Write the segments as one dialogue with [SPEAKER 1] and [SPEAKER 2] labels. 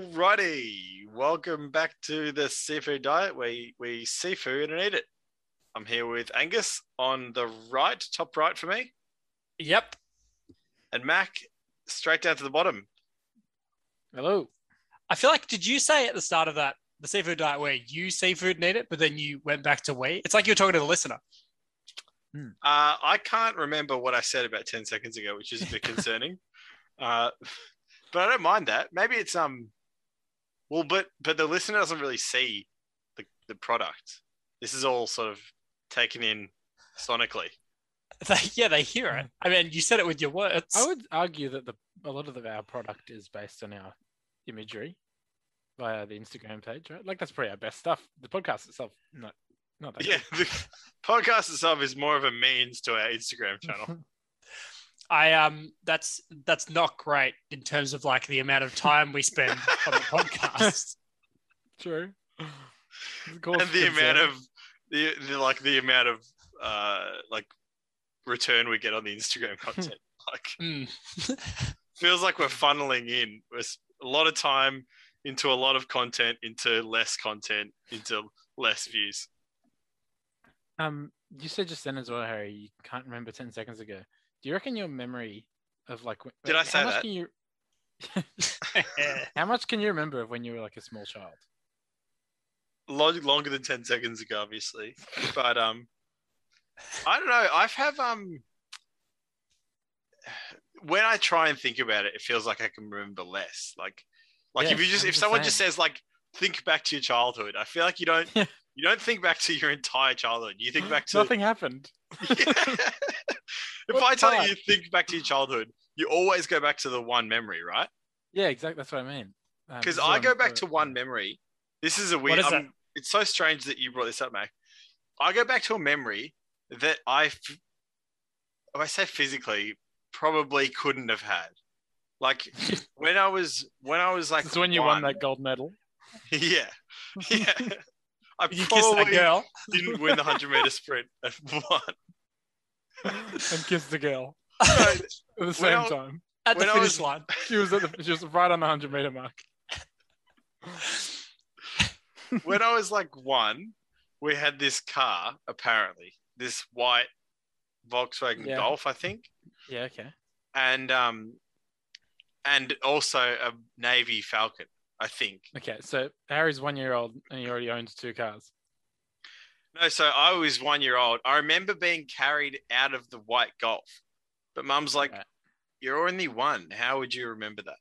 [SPEAKER 1] righty, welcome back to the seafood diet where we, we seafood and eat it. I'm here with Angus on the right, top right for me,
[SPEAKER 2] Yep.
[SPEAKER 1] and Mac straight down to the bottom.
[SPEAKER 3] Hello.
[SPEAKER 2] I feel like did you say at the start of that the seafood diet where you seafood and eat it, but then you went back to we? It's like you were talking to the listener.
[SPEAKER 1] Uh, I can't remember what I said about 10 seconds ago, which is a bit concerning. uh, but I don't mind that. Maybe it's um well, but but the listener doesn't really see the, the product. This is all sort of taken in sonically.
[SPEAKER 2] They, yeah, they hear it. I mean, you said it with your words.
[SPEAKER 3] I would argue that the a lot of the, our product is based on our imagery via the Instagram page, right? Like that's probably our best stuff. The podcast itself, not not that.
[SPEAKER 1] Yeah, the podcast itself is more of a means to our Instagram
[SPEAKER 3] good.
[SPEAKER 1] channel.
[SPEAKER 2] I um, that's that's not great in terms of like the amount of time we spend on the podcast.
[SPEAKER 3] True. It's a cause
[SPEAKER 1] and the
[SPEAKER 3] for
[SPEAKER 1] amount
[SPEAKER 3] concern.
[SPEAKER 1] of the, the like the amount of uh like return we get on the Instagram content. like
[SPEAKER 2] Mm.
[SPEAKER 1] feels like we're funneling in with a lot of time into a lot of content into less content into less views.
[SPEAKER 3] um, you said just then as well, Harry. You can't remember ten seconds ago. Do you reckon your memory of like when-
[SPEAKER 1] Did I say
[SPEAKER 3] how much
[SPEAKER 1] that?
[SPEAKER 3] Can you, how much can you remember of when you were like a small child?
[SPEAKER 1] Log- longer than 10 seconds ago obviously. But um I don't know. I've have um when I try and think about it, it feels like I can remember less. Like like if
[SPEAKER 3] Yes,
[SPEAKER 1] you just
[SPEAKER 3] I'm
[SPEAKER 1] if
[SPEAKER 3] the
[SPEAKER 1] someone just
[SPEAKER 3] same.
[SPEAKER 1] says like think back to your childhood, I feel like you don't
[SPEAKER 3] Yeah.
[SPEAKER 1] you don't think back to your entire childhood. You think back to
[SPEAKER 3] Nothing happened.
[SPEAKER 1] if
[SPEAKER 3] What
[SPEAKER 1] I tell you
[SPEAKER 3] part?
[SPEAKER 1] you think back to your childhood, you always go back to the one memory, right?
[SPEAKER 3] Yeah, exactly. That's what I mean. Um, this
[SPEAKER 1] Because
[SPEAKER 3] is
[SPEAKER 1] I
[SPEAKER 3] what
[SPEAKER 1] go
[SPEAKER 3] I'm-
[SPEAKER 1] back
[SPEAKER 3] uh,
[SPEAKER 1] to one memory. This is a weird.
[SPEAKER 2] What is
[SPEAKER 1] I'm- It's so strange that you brought this up, Mac. I go back to a memory that I, f- if I say physically, probably couldn't have had. Like when I was when I was like
[SPEAKER 3] This is when you
[SPEAKER 1] one-
[SPEAKER 3] won that gold medal.
[SPEAKER 1] yeah, yeah. I
[SPEAKER 2] You kiss a
[SPEAKER 1] probably
[SPEAKER 2] girl.
[SPEAKER 1] didn't win the hundred meter sprint at one.
[SPEAKER 3] and kissed the girl
[SPEAKER 1] No,
[SPEAKER 3] at the same
[SPEAKER 1] I-
[SPEAKER 3] time.
[SPEAKER 2] at the
[SPEAKER 1] when I
[SPEAKER 2] finish
[SPEAKER 1] was-
[SPEAKER 2] line.
[SPEAKER 3] She was at the, she was right on the hundred meter mark.
[SPEAKER 1] when I was like one, we had this car, apparently, this white Volkswagen
[SPEAKER 3] Yeah.
[SPEAKER 1] Golf, I think.
[SPEAKER 3] Yeah, okay.
[SPEAKER 1] And um and also a Navy Falcon, I think.
[SPEAKER 3] Okay, so Harry's one year old and he already owns two cars.
[SPEAKER 1] No, so I was one year old. I remember being carried out of the white golf. But mum's like,
[SPEAKER 3] Right.
[SPEAKER 1] You're only one. How would you remember that?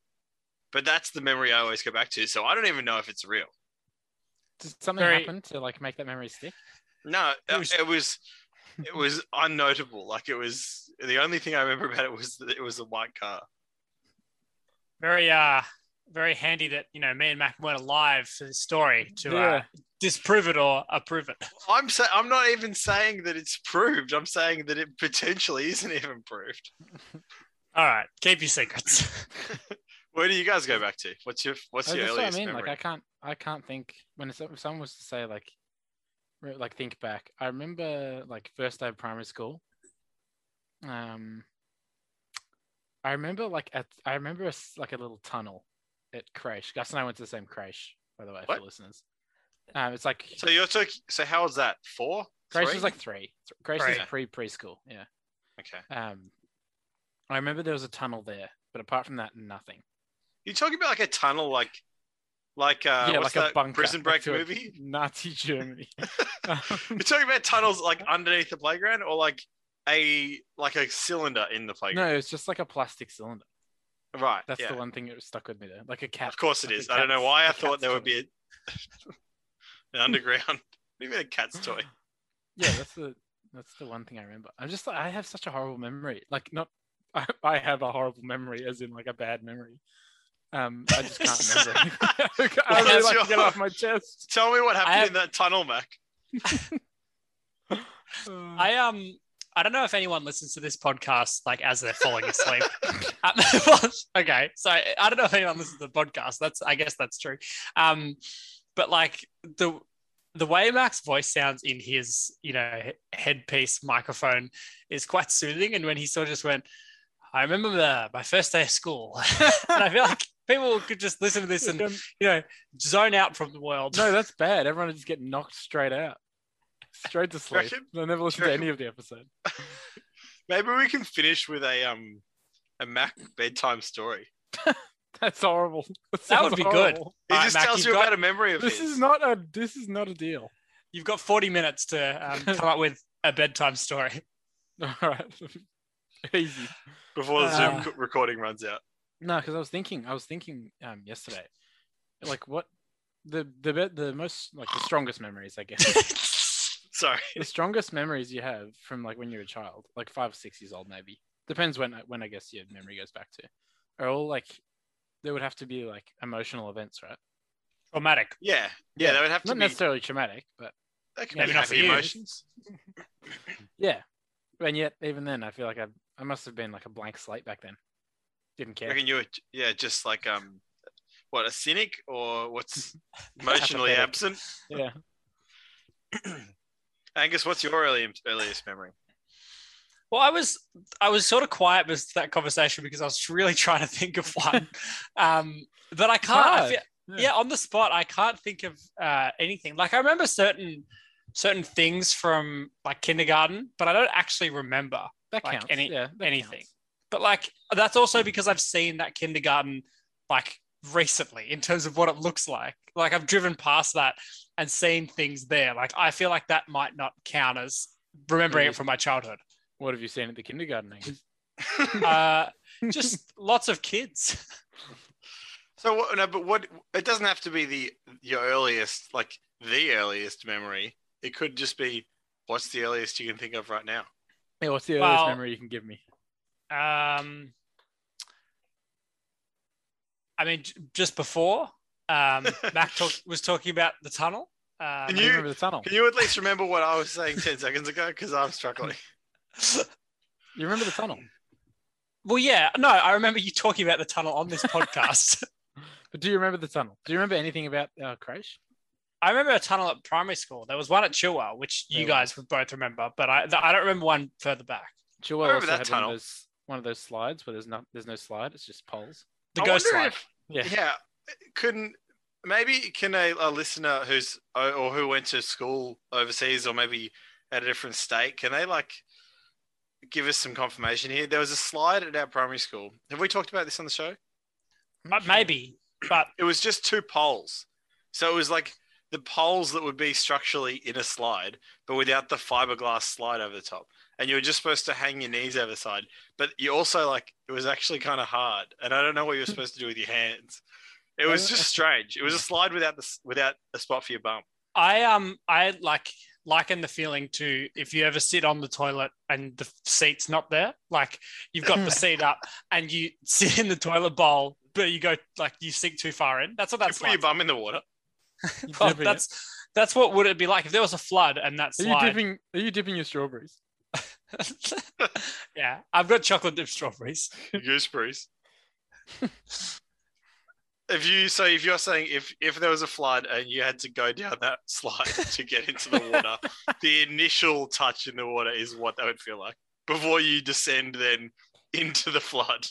[SPEAKER 1] But that's the memory I always go back to. So I don't even know if it's real.
[SPEAKER 3] Did something
[SPEAKER 2] Very-
[SPEAKER 3] happen to like make that memory stick?
[SPEAKER 1] No,
[SPEAKER 2] It
[SPEAKER 1] uh,
[SPEAKER 2] was-
[SPEAKER 1] it was it was unnotable. Like it was the only thing I remember about it was that it was a white car.
[SPEAKER 2] Very uh, very handy that you know me and Mac weren't alive for this story to uh, disprove it or approve it.
[SPEAKER 1] I'm sa- I'm not even saying that it's proved. I'm saying that it potentially isn't even proved.
[SPEAKER 2] All right, keep your secrets.
[SPEAKER 1] Where do you guys go back to? What's your what's
[SPEAKER 3] Oh,
[SPEAKER 1] your
[SPEAKER 3] that's what I
[SPEAKER 1] earliest
[SPEAKER 3] mean.
[SPEAKER 1] memory?
[SPEAKER 3] Like I can't I can't think when it's, if someone was to say like re- like think back. I remember like first day of primary school. Um, I remember like at I remember a s like a little tunnel at Crash. Gus and I went to the same Crash, by the way,
[SPEAKER 1] What?
[SPEAKER 3] for listeners. Um, it's like
[SPEAKER 1] so you're took. So how was that? Four?
[SPEAKER 3] Crash
[SPEAKER 1] Three?
[SPEAKER 3] was like three. Th- Crash
[SPEAKER 1] Right.
[SPEAKER 3] was pre preschool. Yeah.
[SPEAKER 1] okay.
[SPEAKER 3] Um, I remember there was a tunnel there, but apart from that, nothing.
[SPEAKER 1] You're talking about like a tunnel, like like uh,
[SPEAKER 3] yeah,
[SPEAKER 1] what's
[SPEAKER 3] like
[SPEAKER 1] that
[SPEAKER 3] a bunker.
[SPEAKER 1] prison
[SPEAKER 3] like
[SPEAKER 1] break
[SPEAKER 3] to a
[SPEAKER 1] movie.
[SPEAKER 3] Nazi Germany.
[SPEAKER 1] You're talking about tunnels like underneath the playground, or like a like a cylinder in the playground.
[SPEAKER 3] no, it's just like a plastic cylinder.
[SPEAKER 1] right.
[SPEAKER 3] That's
[SPEAKER 1] yeah.
[SPEAKER 3] the one thing that stuck with me there. Like a cat.
[SPEAKER 1] Of course it
[SPEAKER 3] like a
[SPEAKER 1] is. I don't know
[SPEAKER 3] cat's-
[SPEAKER 1] why
[SPEAKER 3] a
[SPEAKER 1] I thought
[SPEAKER 3] cat's
[SPEAKER 1] there would
[SPEAKER 3] toy.
[SPEAKER 1] be a, an underground. What do you mean a cat's toy?
[SPEAKER 3] Yeah, that's the that's the one thing I remember. I'm just like I have such a horrible memory. Like not I, I have a horrible memory as in like a bad memory. Um I just can't remember. anything. I really
[SPEAKER 1] That's
[SPEAKER 3] like to get
[SPEAKER 1] your-
[SPEAKER 3] off my chest.
[SPEAKER 1] Tell me what happened
[SPEAKER 2] have-
[SPEAKER 1] in that tunnel, Mac.
[SPEAKER 3] I,
[SPEAKER 2] I um I don't know if anyone listens to this podcast like as they're falling asleep. Um, well, okay, so I don't know if anyone listens to the podcast. That's I guess that's true. Um, but like the the way Mac's voice sounds in his you know he- headpiece microphone is quite soothing, and when he sort of just went, I remember the, my first day of school, and I feel like people could just listen to this and
[SPEAKER 3] Um,
[SPEAKER 2] you know zone out from the world.
[SPEAKER 3] no, that's bad. Everyone would just get knocked straight out, straight to sleep.
[SPEAKER 1] reckon-
[SPEAKER 3] They'll never listen
[SPEAKER 1] do
[SPEAKER 3] to
[SPEAKER 1] you
[SPEAKER 3] any of the episode.
[SPEAKER 1] Maybe we can finish with a um a Mac bedtime story.
[SPEAKER 3] That's horrible.
[SPEAKER 2] That
[SPEAKER 3] sounds
[SPEAKER 2] would be good.
[SPEAKER 3] horrible.
[SPEAKER 1] He
[SPEAKER 2] All right,
[SPEAKER 1] just
[SPEAKER 2] Mac,
[SPEAKER 1] tells
[SPEAKER 2] you've
[SPEAKER 1] you
[SPEAKER 2] got-
[SPEAKER 1] about a memory of
[SPEAKER 3] This
[SPEAKER 1] his.
[SPEAKER 3] is not a. This is not a deal.
[SPEAKER 2] You've got 40 minutes to um, come up with a bedtime story.
[SPEAKER 3] All right. Easy.
[SPEAKER 1] before the
[SPEAKER 2] Uh.
[SPEAKER 1] Zoom co- recording runs out.
[SPEAKER 3] No, because I was thinking, I was thinking um, yesterday, like what the the be- the most like the strongest memories, I guess,
[SPEAKER 1] Sorry.
[SPEAKER 3] the strongest memories you have from like when you're a child, like five or six years old, maybe depends when when I guess your memory goes back to, are all like there would have to be like emotional events, right?
[SPEAKER 2] Traumatic.
[SPEAKER 1] Yeah. Yeah, that would have to
[SPEAKER 3] not
[SPEAKER 1] be
[SPEAKER 3] necessarily traumatic, but
[SPEAKER 1] that could
[SPEAKER 2] Maybe
[SPEAKER 1] be
[SPEAKER 2] not for
[SPEAKER 1] happy
[SPEAKER 2] you.
[SPEAKER 1] emotions.
[SPEAKER 3] yeah. And yet, even then, I feel like I I must have been like a blank slate back then. Didn't
[SPEAKER 1] I
[SPEAKER 3] care.
[SPEAKER 1] reckon you were yeah, just like um what, a cynic or what's emotionally absent?
[SPEAKER 3] Apathetic. Yeah.
[SPEAKER 1] Angus, what's your early, earliest memory?
[SPEAKER 2] Well, I was I was sort of quiet with that conversation because I was really trying to think of one, um, but I can't. I
[SPEAKER 3] hard.
[SPEAKER 2] feel- yeah. on the spot, I can't think of uh, anything. Like I remember certain certain things from like kindergarten, but I don't actually remember.
[SPEAKER 3] that
[SPEAKER 2] like
[SPEAKER 3] counts.
[SPEAKER 2] any-
[SPEAKER 3] yeah, that
[SPEAKER 2] anything.
[SPEAKER 3] counts.
[SPEAKER 2] But like that's also because I've seen that kindergarten like recently in terms of what it looks like. Like I've driven past that and seen things there. Like I feel like that might not count as remembering it
[SPEAKER 3] Maybe.
[SPEAKER 2] from my childhood.
[SPEAKER 3] What have you seen at the kindergarten? I guess?
[SPEAKER 2] Uh, just lots of kids.
[SPEAKER 1] So what, no, but what it doesn't have to be the your earliest, like the earliest memory. It could just be what's the earliest you can think of right now.
[SPEAKER 3] Yeah, what's the earliest
[SPEAKER 2] Well-
[SPEAKER 3] memory you can give me?
[SPEAKER 2] Um, I mean, j- just before um, Mac talk, was talking about the tunnel. Um,
[SPEAKER 1] Can
[SPEAKER 3] I
[SPEAKER 1] you-
[SPEAKER 3] remember the tunnel.
[SPEAKER 1] Can you at least remember what I was saying ten seconds ago? Because I'm struggling.
[SPEAKER 3] You remember the tunnel,
[SPEAKER 2] well, yeah, no, I remember you talking about the tunnel on this podcast.
[SPEAKER 3] but do you remember the tunnel? Do you remember anything about uh, crash?
[SPEAKER 2] I remember a tunnel at primary school. There was one at Chilwell, which you
[SPEAKER 3] There
[SPEAKER 2] guys would both remember, but I I don't remember one further back.
[SPEAKER 3] Chilwell
[SPEAKER 1] remember
[SPEAKER 3] also
[SPEAKER 1] that
[SPEAKER 3] had
[SPEAKER 1] tunnel.
[SPEAKER 3] One, of those, one of those slides where there's no there's no slide. It's just poles.
[SPEAKER 2] The
[SPEAKER 1] I
[SPEAKER 2] ghost
[SPEAKER 1] wonder
[SPEAKER 2] line.
[SPEAKER 1] if-
[SPEAKER 3] Yeah.
[SPEAKER 1] yeah couldn't maybe can a, a listener who's or who went to school overseas or maybe at a different state can they like give us some confirmation here there was a slide at our primary school have we talked about this on the show
[SPEAKER 2] Uh,
[SPEAKER 3] Hmm.
[SPEAKER 2] maybe, but
[SPEAKER 1] it was just two poles so it was like the poles that would be structurally in a slide but without the fiberglass slide over the top and you were just supposed to hang your knees over the side but you also like it was actually kind of hard and i don't know what you're supposed to do with your hands it was just strange it was a slide without the s- without a spot for your bum
[SPEAKER 2] I um I like liken the feeling to if you ever sit on the toilet and the seat's not there, like you've got the seat up and you sit in the toilet bowl, but you go like you sink too far in. That's what
[SPEAKER 1] you
[SPEAKER 2] that's
[SPEAKER 1] put your
[SPEAKER 2] like.
[SPEAKER 1] bum in the water
[SPEAKER 3] You
[SPEAKER 2] Well,
[SPEAKER 3] dipping it.
[SPEAKER 2] that's that's what would it be like if there was a flood and that
[SPEAKER 3] Are you
[SPEAKER 2] slide.
[SPEAKER 3] dipping? Are you dipping your strawberries?
[SPEAKER 2] yeah, I've got chocolate dipped strawberries.
[SPEAKER 1] gooseberries if you so if you're saying if if there was a flood and you had to go down that slide to get into the water the initial touch in the water is what that would feel like before you descend then into the flood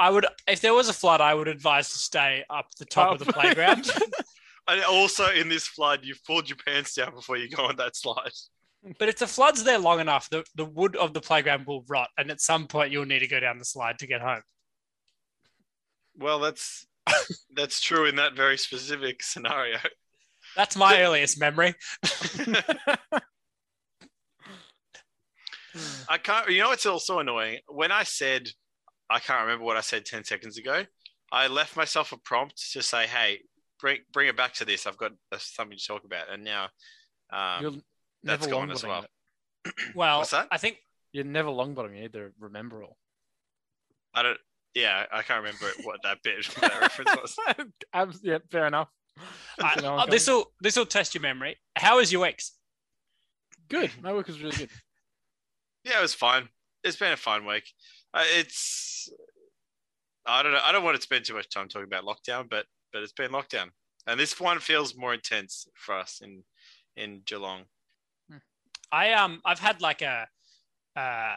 [SPEAKER 2] I would, if there was a flood, I would advise to stay up the top of
[SPEAKER 3] Up.
[SPEAKER 2] the playground.
[SPEAKER 1] and also in this flood you've pulled your pants down before you go on that slide
[SPEAKER 2] but if the flood's there long enough, the, the wood of the playground will rot, and at some point you'll need to go down the slide to get home.
[SPEAKER 1] well that's that's true in that very specific scenario
[SPEAKER 2] That's my earliest memory.
[SPEAKER 1] I can't. You know, it's also annoying when I said I can't remember what I said ten seconds ago. I left myself a prompt to say, "Hey, bring bring it back to this. I've got uh, something to talk about." And now,
[SPEAKER 3] You're
[SPEAKER 1] um,
[SPEAKER 3] never
[SPEAKER 1] that's gone as
[SPEAKER 3] longbottoming
[SPEAKER 1] well.
[SPEAKER 3] it.
[SPEAKER 2] Well,
[SPEAKER 1] What's that?
[SPEAKER 2] I think
[SPEAKER 3] You're never long bottom. You need to remember all.
[SPEAKER 1] I don't. Yeah, I can't remember what that bit what that reference was.
[SPEAKER 3] Abs- yeah, fair enough.
[SPEAKER 2] I-
[SPEAKER 3] That's an
[SPEAKER 2] uh,
[SPEAKER 3] old
[SPEAKER 2] this will this will test your memory. How is your weeks?
[SPEAKER 3] Good. My work was really good.
[SPEAKER 1] Yeah, it was fine. It's been a fine week. Uh, it's. I don't know. I don't want to spend too much time talking about lockdown, but but it's been lockdown, and this one feels more intense for us in in Geelong.
[SPEAKER 2] I um I've had like a uh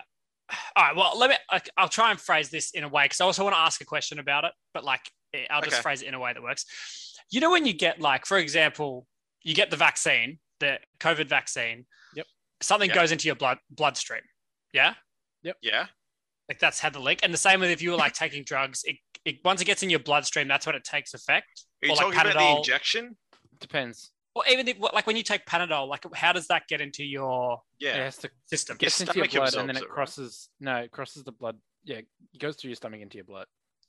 [SPEAKER 2] all right, well let me I, I'll try and phrase this in a way because I also want to ask a question about it, but like eh, I'll just
[SPEAKER 1] Okay.
[SPEAKER 2] phrase it in a way that works. You know, when you get like, for example, you get the vaccine, the COVID vaccine.
[SPEAKER 3] Yep.
[SPEAKER 2] Something
[SPEAKER 1] Yeah.
[SPEAKER 2] goes into your blood bloodstream. Yeah.
[SPEAKER 1] Yeah.
[SPEAKER 2] Like that's had the link. And the same with if you were like taking drugs, it, it once it gets in your bloodstream, that's when it takes effect.
[SPEAKER 1] Are you
[SPEAKER 2] Or like
[SPEAKER 1] talking about
[SPEAKER 2] Panadol.
[SPEAKER 1] the injection?
[SPEAKER 3] Depends.
[SPEAKER 2] Or even if, like when you take Panadol, like how does that get into your
[SPEAKER 3] It
[SPEAKER 1] Yeah.
[SPEAKER 3] has to
[SPEAKER 2] system?
[SPEAKER 1] Your
[SPEAKER 3] gets into your
[SPEAKER 1] stomach
[SPEAKER 3] blood and then
[SPEAKER 1] absorbs it,
[SPEAKER 3] it,
[SPEAKER 1] right?
[SPEAKER 3] crosses. No, it crosses the blood. Yeah, it goes through your stomach into your blood,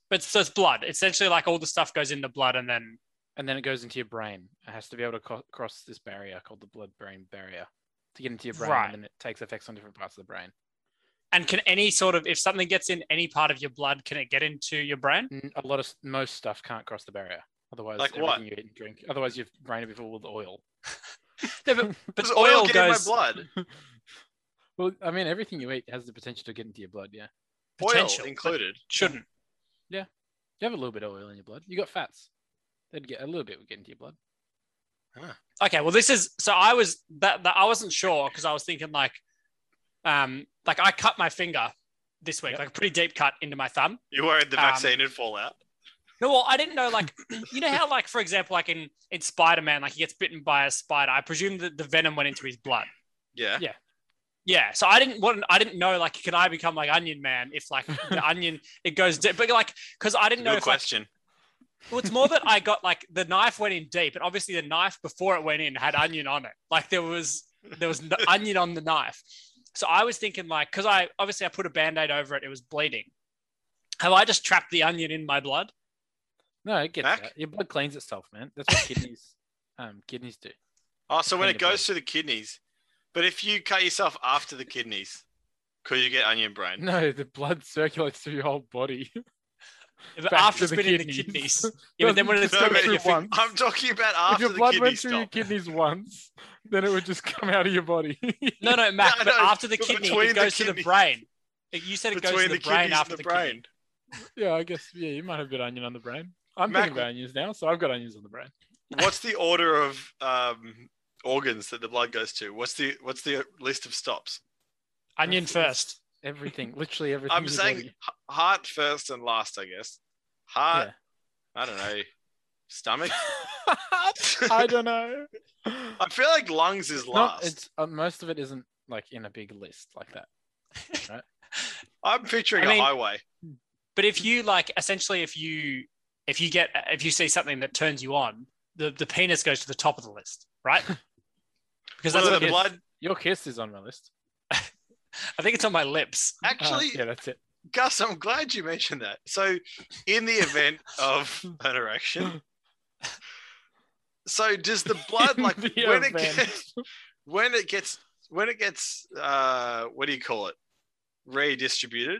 [SPEAKER 2] But so it's blood. Essentially, like all the stuff goes in the blood and then
[SPEAKER 3] and then it goes into your brain. It has to be able to co- cross this barrier called the blood-brain barrier to get into your brain,
[SPEAKER 2] Right.
[SPEAKER 3] and then it takes effects on different parts of the brain.
[SPEAKER 2] And can any sort of, if something gets in any part of your blood, can it get into your brain?
[SPEAKER 3] N- A lot of s- most stuff can't cross the barrier. Otherwise,
[SPEAKER 1] Like
[SPEAKER 3] everything
[SPEAKER 1] what?
[SPEAKER 3] you eat and drink. Otherwise, your brain will be full of oil.
[SPEAKER 2] No, but, but
[SPEAKER 1] Does
[SPEAKER 2] oil,
[SPEAKER 1] oil get
[SPEAKER 2] goes.
[SPEAKER 1] in my blood?
[SPEAKER 3] Well, I mean, everything you eat has the potential to get into your blood. Yeah,
[SPEAKER 1] Oil
[SPEAKER 2] Potential, but-
[SPEAKER 1] included.
[SPEAKER 2] Shouldn't.
[SPEAKER 3] you have a little bit of oil in your blood. You got fats. They'd get a little bit would get into your blood.
[SPEAKER 2] Okay. Well, this is so I was that, that I wasn't sure because I was thinking like, um, like I cut my finger this week,
[SPEAKER 3] Yep.
[SPEAKER 2] like a pretty deep cut into my thumb.
[SPEAKER 1] You worried the
[SPEAKER 2] Um,
[SPEAKER 1] vaccine would fall out.
[SPEAKER 2] No, well, I didn't know like, you know how like for example, like in in Spider Man, like he gets bitten by a spider. I presume that the venom went into his blood.
[SPEAKER 1] Yeah.
[SPEAKER 2] Yeah, so I didn't want. I didn't know like, can I become like Onion Man if like the onion it goes, di- but like because I
[SPEAKER 1] It's a
[SPEAKER 2] didn't know
[SPEAKER 1] Good
[SPEAKER 2] if like
[SPEAKER 1] question.
[SPEAKER 2] Well, it's more that I got like the knife went in deep, and obviously the knife before it went in had onion on it. Like there was there was no onion on the knife. So I was thinking like because I obviously I put a band-aid over it, it was bleeding. Have I just trapped the onion in my blood?
[SPEAKER 3] No, it gets
[SPEAKER 1] Mac?
[SPEAKER 3] out. your blood cleans itself, man. That's what kidneys, um, kidneys do.
[SPEAKER 1] Oh, so when
[SPEAKER 3] Between
[SPEAKER 1] it
[SPEAKER 3] the
[SPEAKER 1] goes
[SPEAKER 3] both.
[SPEAKER 1] to the kidneys, but if you cut yourself after the kidneys, could you get onion brain?
[SPEAKER 3] No, the blood circulates through your whole body.
[SPEAKER 2] But
[SPEAKER 3] Back
[SPEAKER 2] after
[SPEAKER 3] to
[SPEAKER 2] it's
[SPEAKER 3] the
[SPEAKER 2] been in the
[SPEAKER 3] kidneys.
[SPEAKER 2] kidneys. Yeah, but then when it's
[SPEAKER 1] No,
[SPEAKER 2] not
[SPEAKER 1] but
[SPEAKER 2] in your
[SPEAKER 1] if
[SPEAKER 2] fing-
[SPEAKER 1] it-
[SPEAKER 3] once.
[SPEAKER 1] I'm talking about
[SPEAKER 3] if
[SPEAKER 1] after
[SPEAKER 3] your
[SPEAKER 1] the
[SPEAKER 3] blood went
[SPEAKER 1] kidneys
[SPEAKER 3] through
[SPEAKER 1] stop.
[SPEAKER 3] your kidneys once, then it would just come out of your body.
[SPEAKER 2] no, no, Mac.
[SPEAKER 1] No,
[SPEAKER 2] but
[SPEAKER 1] no,
[SPEAKER 2] after the
[SPEAKER 1] but
[SPEAKER 2] kidney,
[SPEAKER 1] between the
[SPEAKER 2] it goes to the
[SPEAKER 1] kidneys.
[SPEAKER 2] brain. Like, You said it goes to
[SPEAKER 1] Between
[SPEAKER 2] the,
[SPEAKER 1] the
[SPEAKER 2] brain
[SPEAKER 1] kidneys
[SPEAKER 2] after
[SPEAKER 1] and
[SPEAKER 2] the
[SPEAKER 1] the
[SPEAKER 2] brain.
[SPEAKER 1] brain.
[SPEAKER 3] yeah, I guess. Yeah, you might have got onion on the brain. I'm
[SPEAKER 1] Mac-
[SPEAKER 3] thinking about onions now, so I've got onions on the brain.
[SPEAKER 1] What's the order of um, organs that the blood goes to? What's the what's the list of stops?
[SPEAKER 2] Onion
[SPEAKER 3] That's-
[SPEAKER 2] first.
[SPEAKER 3] Everything, literally everything.
[SPEAKER 1] I'm
[SPEAKER 3] in your
[SPEAKER 1] saying
[SPEAKER 3] body.
[SPEAKER 1] h- heart first and last, I guess. Heart. I don't know. Stomach.
[SPEAKER 3] I
[SPEAKER 1] I
[SPEAKER 3] don't know. Not-
[SPEAKER 1] feel like lungs is last.
[SPEAKER 3] it's uh, most of it isn't like in a big list like that.
[SPEAKER 1] I'm picturing
[SPEAKER 2] I mean-
[SPEAKER 1] a highway.
[SPEAKER 2] But if you like, essentially, if you if you get if you see something that turns you on, the the penis goes to the top of the list, right? Because that's
[SPEAKER 1] Well,
[SPEAKER 2] what
[SPEAKER 1] the
[SPEAKER 2] it is.
[SPEAKER 1] blood.
[SPEAKER 3] Your kiss is on my list.
[SPEAKER 2] I think it's on my lips.
[SPEAKER 3] Uh,
[SPEAKER 1] Actually,
[SPEAKER 3] yeah, that's it.
[SPEAKER 1] Gus, I'm glad you mentioned that. So, in the event of an erection, so does the blood like
[SPEAKER 3] The
[SPEAKER 1] when it
[SPEAKER 3] event.
[SPEAKER 1] gets when it gets when it gets uh what do you call it redistributed?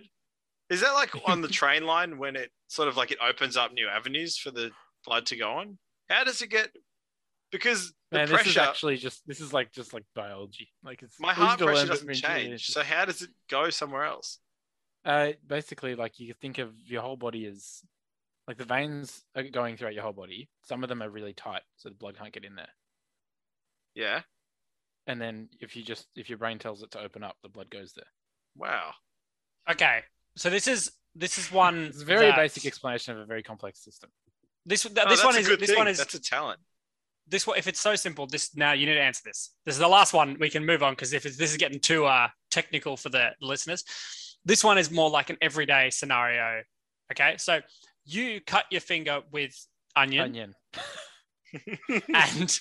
[SPEAKER 1] Is that like on the train line when it sort of like it opens up new avenues for the blood to go on? How does it get? Because the
[SPEAKER 3] Man, this is
[SPEAKER 1] pressure,
[SPEAKER 3] actually just this is like just like biology. Like it's
[SPEAKER 1] my
[SPEAKER 3] we need
[SPEAKER 1] heart
[SPEAKER 3] to learn
[SPEAKER 1] pressure doesn't
[SPEAKER 3] bit more into it.
[SPEAKER 1] change. So how does it go somewhere else?
[SPEAKER 3] Uh, basically, like you could think of your whole body as like the veins are going throughout your whole body. Some of them are really tight, so the blood can't get in there.
[SPEAKER 1] Yeah.
[SPEAKER 3] And then if you just if your brain tells it to open up, the blood goes there.
[SPEAKER 1] Wow.
[SPEAKER 2] Okay, so this is this is one.
[SPEAKER 3] It's a very
[SPEAKER 2] that-
[SPEAKER 3] basic explanation of a very complex system.
[SPEAKER 2] This th-
[SPEAKER 1] No, Oh,
[SPEAKER 2] this
[SPEAKER 1] that's
[SPEAKER 2] one
[SPEAKER 1] a
[SPEAKER 2] is
[SPEAKER 1] good
[SPEAKER 2] this
[SPEAKER 1] thing.
[SPEAKER 2] one is
[SPEAKER 1] that's a talent.
[SPEAKER 2] this one. If it's so simple, this now you need to answer this. This is the last one. We can move on because if it's, this is getting too uh technical for the listeners, this one is more like an everyday scenario. Okay, so you cut your finger with onion.
[SPEAKER 3] Onion.
[SPEAKER 2] and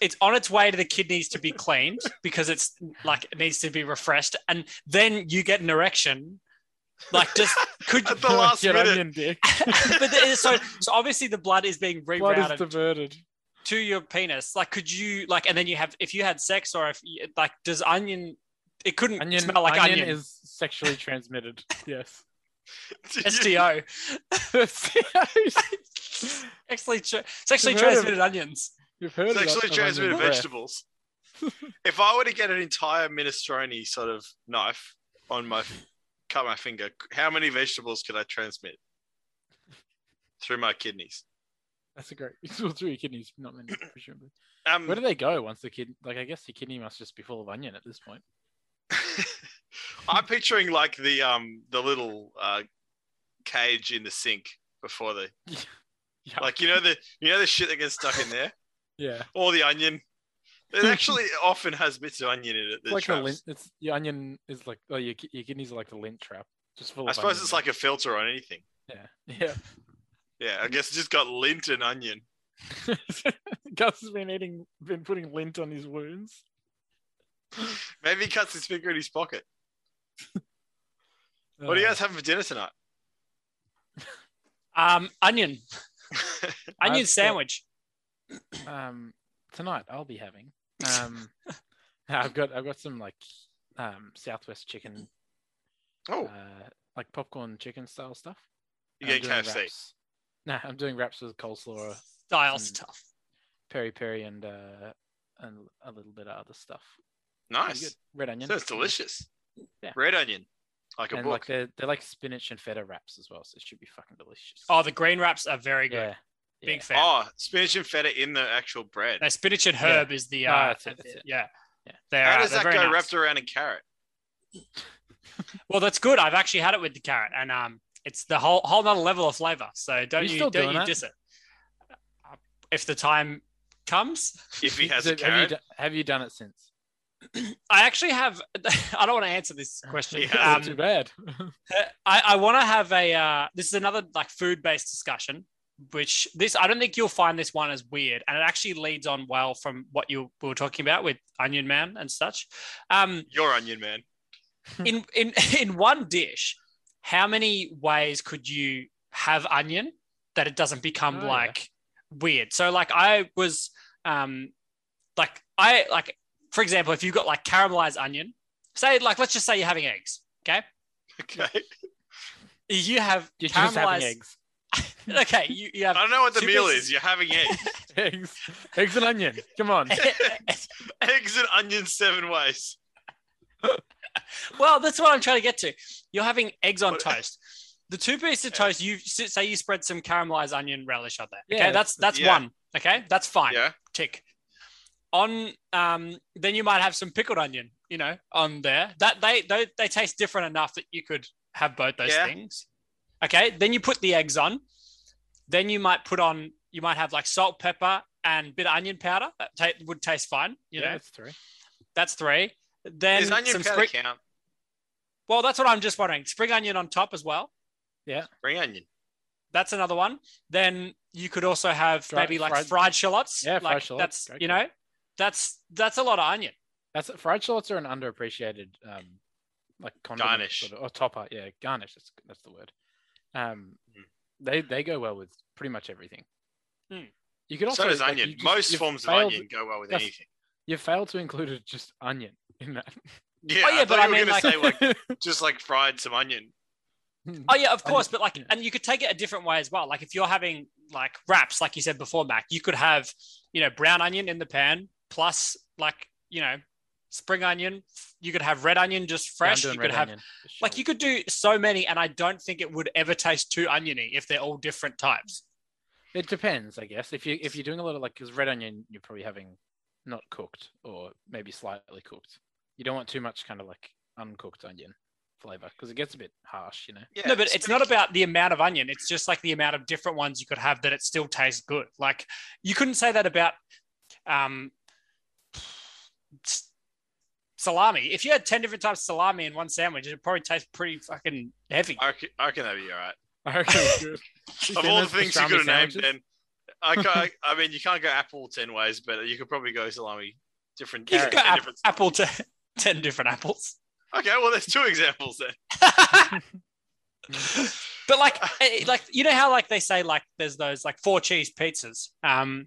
[SPEAKER 2] it's on its way to the kidneys to be cleaned because it's like it needs to be refreshed and then you get an erection like just could
[SPEAKER 1] At the last
[SPEAKER 3] Get
[SPEAKER 1] minute,
[SPEAKER 3] onion dick.
[SPEAKER 2] but there is- so so obviously the blood is being
[SPEAKER 3] Blood is
[SPEAKER 2] rerouted
[SPEAKER 3] diverted.
[SPEAKER 2] to your penis like could you like and then you have if you had sex or if you, like does onion it couldn't
[SPEAKER 3] Onion,
[SPEAKER 2] smell like
[SPEAKER 3] onion,
[SPEAKER 2] onion,
[SPEAKER 3] is sexually transmitted. Yes.
[SPEAKER 2] STO actually tra- sexually
[SPEAKER 3] You've heard of-
[SPEAKER 2] transmitted onions
[SPEAKER 3] You've heard of that-
[SPEAKER 1] sexually
[SPEAKER 3] of
[SPEAKER 1] transmitted
[SPEAKER 3] onion breath.
[SPEAKER 1] vegetables. if I were to get an entire minestrone sort of knife on my cut my finger, how many vegetables could I transmit through my kidneys?
[SPEAKER 3] That's a great. It's all through your kidneys, not many, presumably.
[SPEAKER 1] Um,
[SPEAKER 3] Where do they go once the kid? Like, I guess the kidney must just be full of onion at this point.
[SPEAKER 1] I'm picturing like the um the little uh, cage in the sink before the
[SPEAKER 3] Yeah.
[SPEAKER 1] Like you know the you know the shit that gets stuck in there,
[SPEAKER 3] yeah.
[SPEAKER 1] or the onion. It actually often has bits of onion in it. That
[SPEAKER 3] It's like a
[SPEAKER 1] traps.
[SPEAKER 3] lint. It's your onion is like oh your ki- your kidneys are like a lint trap. Just full.
[SPEAKER 1] I
[SPEAKER 3] of
[SPEAKER 1] suppose
[SPEAKER 3] onion.
[SPEAKER 1] it's like a filter on anything.
[SPEAKER 3] yeah
[SPEAKER 1] Yeah, I guess it's just got lint and onion.
[SPEAKER 3] yeah. Gus has been eating been putting lint on his wounds.
[SPEAKER 1] Maybe he cuts his finger in his pocket. What are you
[SPEAKER 3] Uh,
[SPEAKER 1] guys having for dinner tonight?
[SPEAKER 2] Um, onion,
[SPEAKER 3] I've
[SPEAKER 2] onion
[SPEAKER 3] got-
[SPEAKER 2] sandwich.
[SPEAKER 3] um tonight I'll be having. Um I've got I've got some like um southwest chicken
[SPEAKER 1] Oh,
[SPEAKER 3] uh like popcorn chicken style stuff.
[SPEAKER 1] you
[SPEAKER 3] I'm
[SPEAKER 1] get
[SPEAKER 3] doing
[SPEAKER 1] KFC.
[SPEAKER 3] wraps. Nah, I'm doing wraps with coleslaw,
[SPEAKER 2] Style
[SPEAKER 3] Mm.
[SPEAKER 2] stuff.
[SPEAKER 3] peri peri, and uh, and a little bit of other stuff. Pretty
[SPEAKER 1] Nice.
[SPEAKER 3] good. Red onion.
[SPEAKER 1] Sounds delicious.
[SPEAKER 3] Yeah.
[SPEAKER 1] Red onion, like a
[SPEAKER 3] And like
[SPEAKER 1] book.
[SPEAKER 3] they're, they're like spinach and feta wraps as well, so it should be fucking delicious.
[SPEAKER 2] Oh, the green wraps are very good.
[SPEAKER 3] yeah.
[SPEAKER 2] Big
[SPEAKER 3] yeah.
[SPEAKER 2] fan.
[SPEAKER 1] oh, spinach and feta in the actual bread.
[SPEAKER 2] No, spinach and herb is the
[SPEAKER 3] No,
[SPEAKER 2] uh,
[SPEAKER 3] that's it, that's it.
[SPEAKER 2] yeah.
[SPEAKER 3] Yeah.
[SPEAKER 2] They're,
[SPEAKER 1] How
[SPEAKER 2] uh,
[SPEAKER 1] does that
[SPEAKER 2] they're
[SPEAKER 1] go
[SPEAKER 2] very nice.
[SPEAKER 1] wrapped around in carrot?
[SPEAKER 2] Well, that's good. I've actually had it with the carrot, and um, it's the whole whole nother level of flavor. So don't
[SPEAKER 3] you
[SPEAKER 2] you,
[SPEAKER 3] still
[SPEAKER 2] don't
[SPEAKER 3] doing
[SPEAKER 2] you
[SPEAKER 3] that?
[SPEAKER 2] diss it. Uh, If the time comes,
[SPEAKER 1] If he has a
[SPEAKER 3] So have you,
[SPEAKER 1] carrot,
[SPEAKER 3] do- have you done it since?
[SPEAKER 2] I actually have. I don't want to answer this question.
[SPEAKER 1] Yeah.
[SPEAKER 2] Um,
[SPEAKER 3] too bad.
[SPEAKER 2] I, I want to have a. Uh, this is another like food based discussion, which this I don't think you'll find this one as weird, and it actually leads on well from what you we were talking about with Onion Man and such. Um,
[SPEAKER 1] you're onion man.
[SPEAKER 3] Mm.
[SPEAKER 2] in in in one dish, how many ways could you have onion that it doesn't become
[SPEAKER 3] Oh, yeah.
[SPEAKER 2] like weird? So like I was um like I like for example, if you've got like caramelized onion, say like let's just say you're having eggs, okay?
[SPEAKER 1] Okay.
[SPEAKER 2] You have
[SPEAKER 3] You're just having
[SPEAKER 2] caramelized.
[SPEAKER 3] eggs.
[SPEAKER 2] Okay, you, you
[SPEAKER 1] I
[SPEAKER 2] have
[SPEAKER 1] don't know what the
[SPEAKER 2] Super
[SPEAKER 1] meal
[SPEAKER 2] s-
[SPEAKER 1] is. You're having eggs.
[SPEAKER 3] eggs, eggs and onion. Come on.
[SPEAKER 1] eggs and onions seven ways.
[SPEAKER 2] well, that's what I'm trying to get to. You're having eggs on
[SPEAKER 1] What-
[SPEAKER 2] toast. The two pieces of
[SPEAKER 1] Yeah.
[SPEAKER 2] toast, you s- say you spread some caramelized onion relish on there. Okay,
[SPEAKER 3] Yeah.
[SPEAKER 2] that's that's
[SPEAKER 1] Yeah.
[SPEAKER 2] one. Okay, that's fine.
[SPEAKER 1] Yeah.
[SPEAKER 2] Tick. On um, then you might have some pickled onion, you know, on there. That they they, they taste different enough that you could have both those
[SPEAKER 1] Yeah.
[SPEAKER 2] things. Okay, then you put the eggs on. Then you might put on you might have like salt, pepper, and bit of onion powder. That ta- would taste fine. You
[SPEAKER 3] yeah,
[SPEAKER 2] know,
[SPEAKER 3] that's three.
[SPEAKER 2] that's three. Then
[SPEAKER 1] Is onion
[SPEAKER 2] some
[SPEAKER 1] powder
[SPEAKER 2] spring-
[SPEAKER 1] count?
[SPEAKER 2] well, that's what I'm just wondering. Spring onion on top as well.
[SPEAKER 1] Spring onion.
[SPEAKER 2] That's another one. Then you could also have
[SPEAKER 3] Fried-
[SPEAKER 2] maybe like fried,
[SPEAKER 3] fried-
[SPEAKER 2] shallots.
[SPEAKER 3] Yeah,
[SPEAKER 2] like
[SPEAKER 3] fried shallots.
[SPEAKER 2] That's
[SPEAKER 3] Great
[SPEAKER 2] you know, that's that's a lot of onion.
[SPEAKER 3] That's fried shallots are an underappreciated um like condiment
[SPEAKER 1] Garnish.
[SPEAKER 3] sort of- or topper. Yeah, garnish. That's that's the word. Um,
[SPEAKER 1] Mm.
[SPEAKER 3] they they go well with pretty much everything.
[SPEAKER 2] Mm.
[SPEAKER 3] You could also
[SPEAKER 1] Hmm. so does
[SPEAKER 3] like,
[SPEAKER 1] onion.
[SPEAKER 3] you just-
[SPEAKER 1] Most
[SPEAKER 3] you
[SPEAKER 1] forms of
[SPEAKER 3] failed-
[SPEAKER 1] onion go well with
[SPEAKER 3] Yes.
[SPEAKER 1] anything.
[SPEAKER 2] Oh,
[SPEAKER 3] You failed to include just onion in that.
[SPEAKER 1] Yeah,
[SPEAKER 2] yeah,
[SPEAKER 1] I
[SPEAKER 2] but
[SPEAKER 1] thought
[SPEAKER 2] I
[SPEAKER 1] you were
[SPEAKER 2] mean,
[SPEAKER 1] gonna
[SPEAKER 2] like-
[SPEAKER 1] say like just like fried some onion.
[SPEAKER 2] Oh yeah, of
[SPEAKER 3] Onion,
[SPEAKER 2] course. But like,
[SPEAKER 3] yeah.
[SPEAKER 2] and you could take it a different way as well. Like if you're having like wraps, like you said before, Mac, you could have you know brown onion in the pan plus like you know spring onion. You could have red onion just fresh. You could have like you could do so many, and I don't think it would ever taste too oniony if they're all different types.
[SPEAKER 3] It depends, I guess. If you if you're doing a lot of like, because red onion, you're probably having not cooked or maybe slightly cooked. You don't want too much kind of like uncooked onion flavor because it gets a bit harsh, you know.
[SPEAKER 1] Yeah,
[SPEAKER 2] no, but it's not about the amount of onion. It's just like the amount of different ones you could have that it still tastes good. Like you couldn't say that about um, s- salami. If you had 10 different types of salami in one sandwich, it'd probably taste pretty fucking heavy.
[SPEAKER 1] I reckon, I reckon that'd be all right.
[SPEAKER 3] I reckon it's good. You
[SPEAKER 1] Of
[SPEAKER 3] seen
[SPEAKER 1] all the
[SPEAKER 3] those
[SPEAKER 1] things you
[SPEAKER 3] pastrami
[SPEAKER 1] could have named,
[SPEAKER 3] sandwiches?
[SPEAKER 1] then I, ca- I mean, you can't go apple ten ways, but you could probably go salami different.
[SPEAKER 2] You could go
[SPEAKER 1] ten
[SPEAKER 2] ap-
[SPEAKER 1] different-
[SPEAKER 2] apple to 10 different apples.
[SPEAKER 1] Okay, well, there's two examples then.
[SPEAKER 2] but like, eh, like you know how like they say like there's those like four cheese pizzas. Um,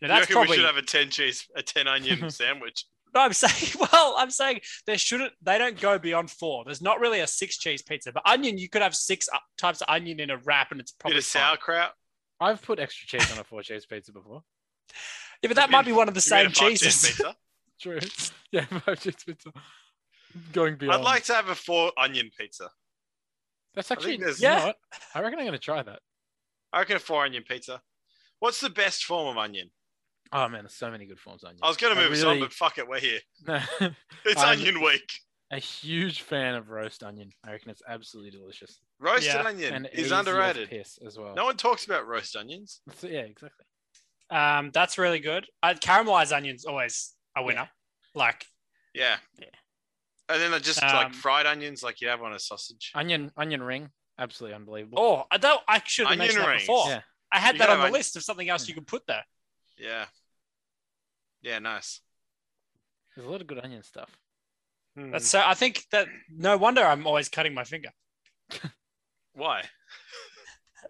[SPEAKER 2] you know,
[SPEAKER 1] you
[SPEAKER 2] that's
[SPEAKER 1] reckon
[SPEAKER 2] probably
[SPEAKER 1] we should have a ten cheese, a ten onion sandwich.
[SPEAKER 2] No, I'm saying, well, I'm saying there shouldn't, they don't go beyond four. There's not really a six cheese pizza, but onion, you could have six uh, types of onion in a wrap and it's
[SPEAKER 1] Bit
[SPEAKER 2] probably
[SPEAKER 1] of sauerkraut.
[SPEAKER 3] I've put extra cheese on a four cheese pizza before.
[SPEAKER 2] fine. Yeah, but that might be one of the
[SPEAKER 1] You made
[SPEAKER 2] same
[SPEAKER 1] a five-ten
[SPEAKER 2] cheeses.
[SPEAKER 1] pizza.
[SPEAKER 3] True. Yeah, five cheese pizza. Going beyond.
[SPEAKER 1] I'd like to have a four onion pizza.
[SPEAKER 3] That's
[SPEAKER 1] I think
[SPEAKER 3] actually
[SPEAKER 1] there's-
[SPEAKER 2] Yeah.
[SPEAKER 3] not. I reckon I'm gonna try that.
[SPEAKER 1] I reckon a four onion pizza. What's the best form of onion?
[SPEAKER 3] Oh man, there's so many good forms of onion.
[SPEAKER 1] I was going to
[SPEAKER 3] I
[SPEAKER 1] move us on,
[SPEAKER 3] really-
[SPEAKER 1] but fuck it, we're here.
[SPEAKER 3] No.
[SPEAKER 1] It's
[SPEAKER 3] Um,
[SPEAKER 1] onion week.
[SPEAKER 3] a huge fan of roast onion. I reckon it's absolutely delicious.
[SPEAKER 1] Roasted
[SPEAKER 2] Yeah,
[SPEAKER 1] onion
[SPEAKER 3] and
[SPEAKER 1] is
[SPEAKER 3] easy as
[SPEAKER 1] underrated.
[SPEAKER 3] piss as well.
[SPEAKER 1] No one talks about roast onions.
[SPEAKER 3] So, yeah, exactly.
[SPEAKER 2] Um, that's really good. Uh, caramelized onions always a winner. Like
[SPEAKER 1] Yeah.
[SPEAKER 2] Yeah.
[SPEAKER 1] And then I just like
[SPEAKER 2] Um,
[SPEAKER 1] fried onions, like you have on a sausage.
[SPEAKER 3] Onion onion ring, absolutely unbelievable.
[SPEAKER 2] oh, I don't. I should have
[SPEAKER 1] Onion
[SPEAKER 2] mentioned that
[SPEAKER 1] rings.
[SPEAKER 2] before.
[SPEAKER 3] Yeah.
[SPEAKER 2] I had
[SPEAKER 1] You
[SPEAKER 2] that
[SPEAKER 1] gotta
[SPEAKER 2] on the
[SPEAKER 1] have on-
[SPEAKER 2] list of something else you could put there.
[SPEAKER 1] Yeah. Yeah, nice.
[SPEAKER 3] There's a lot of good onion stuff.
[SPEAKER 1] Hmm.
[SPEAKER 2] That's so. I think that no wonder I'm always cutting my finger.
[SPEAKER 1] why.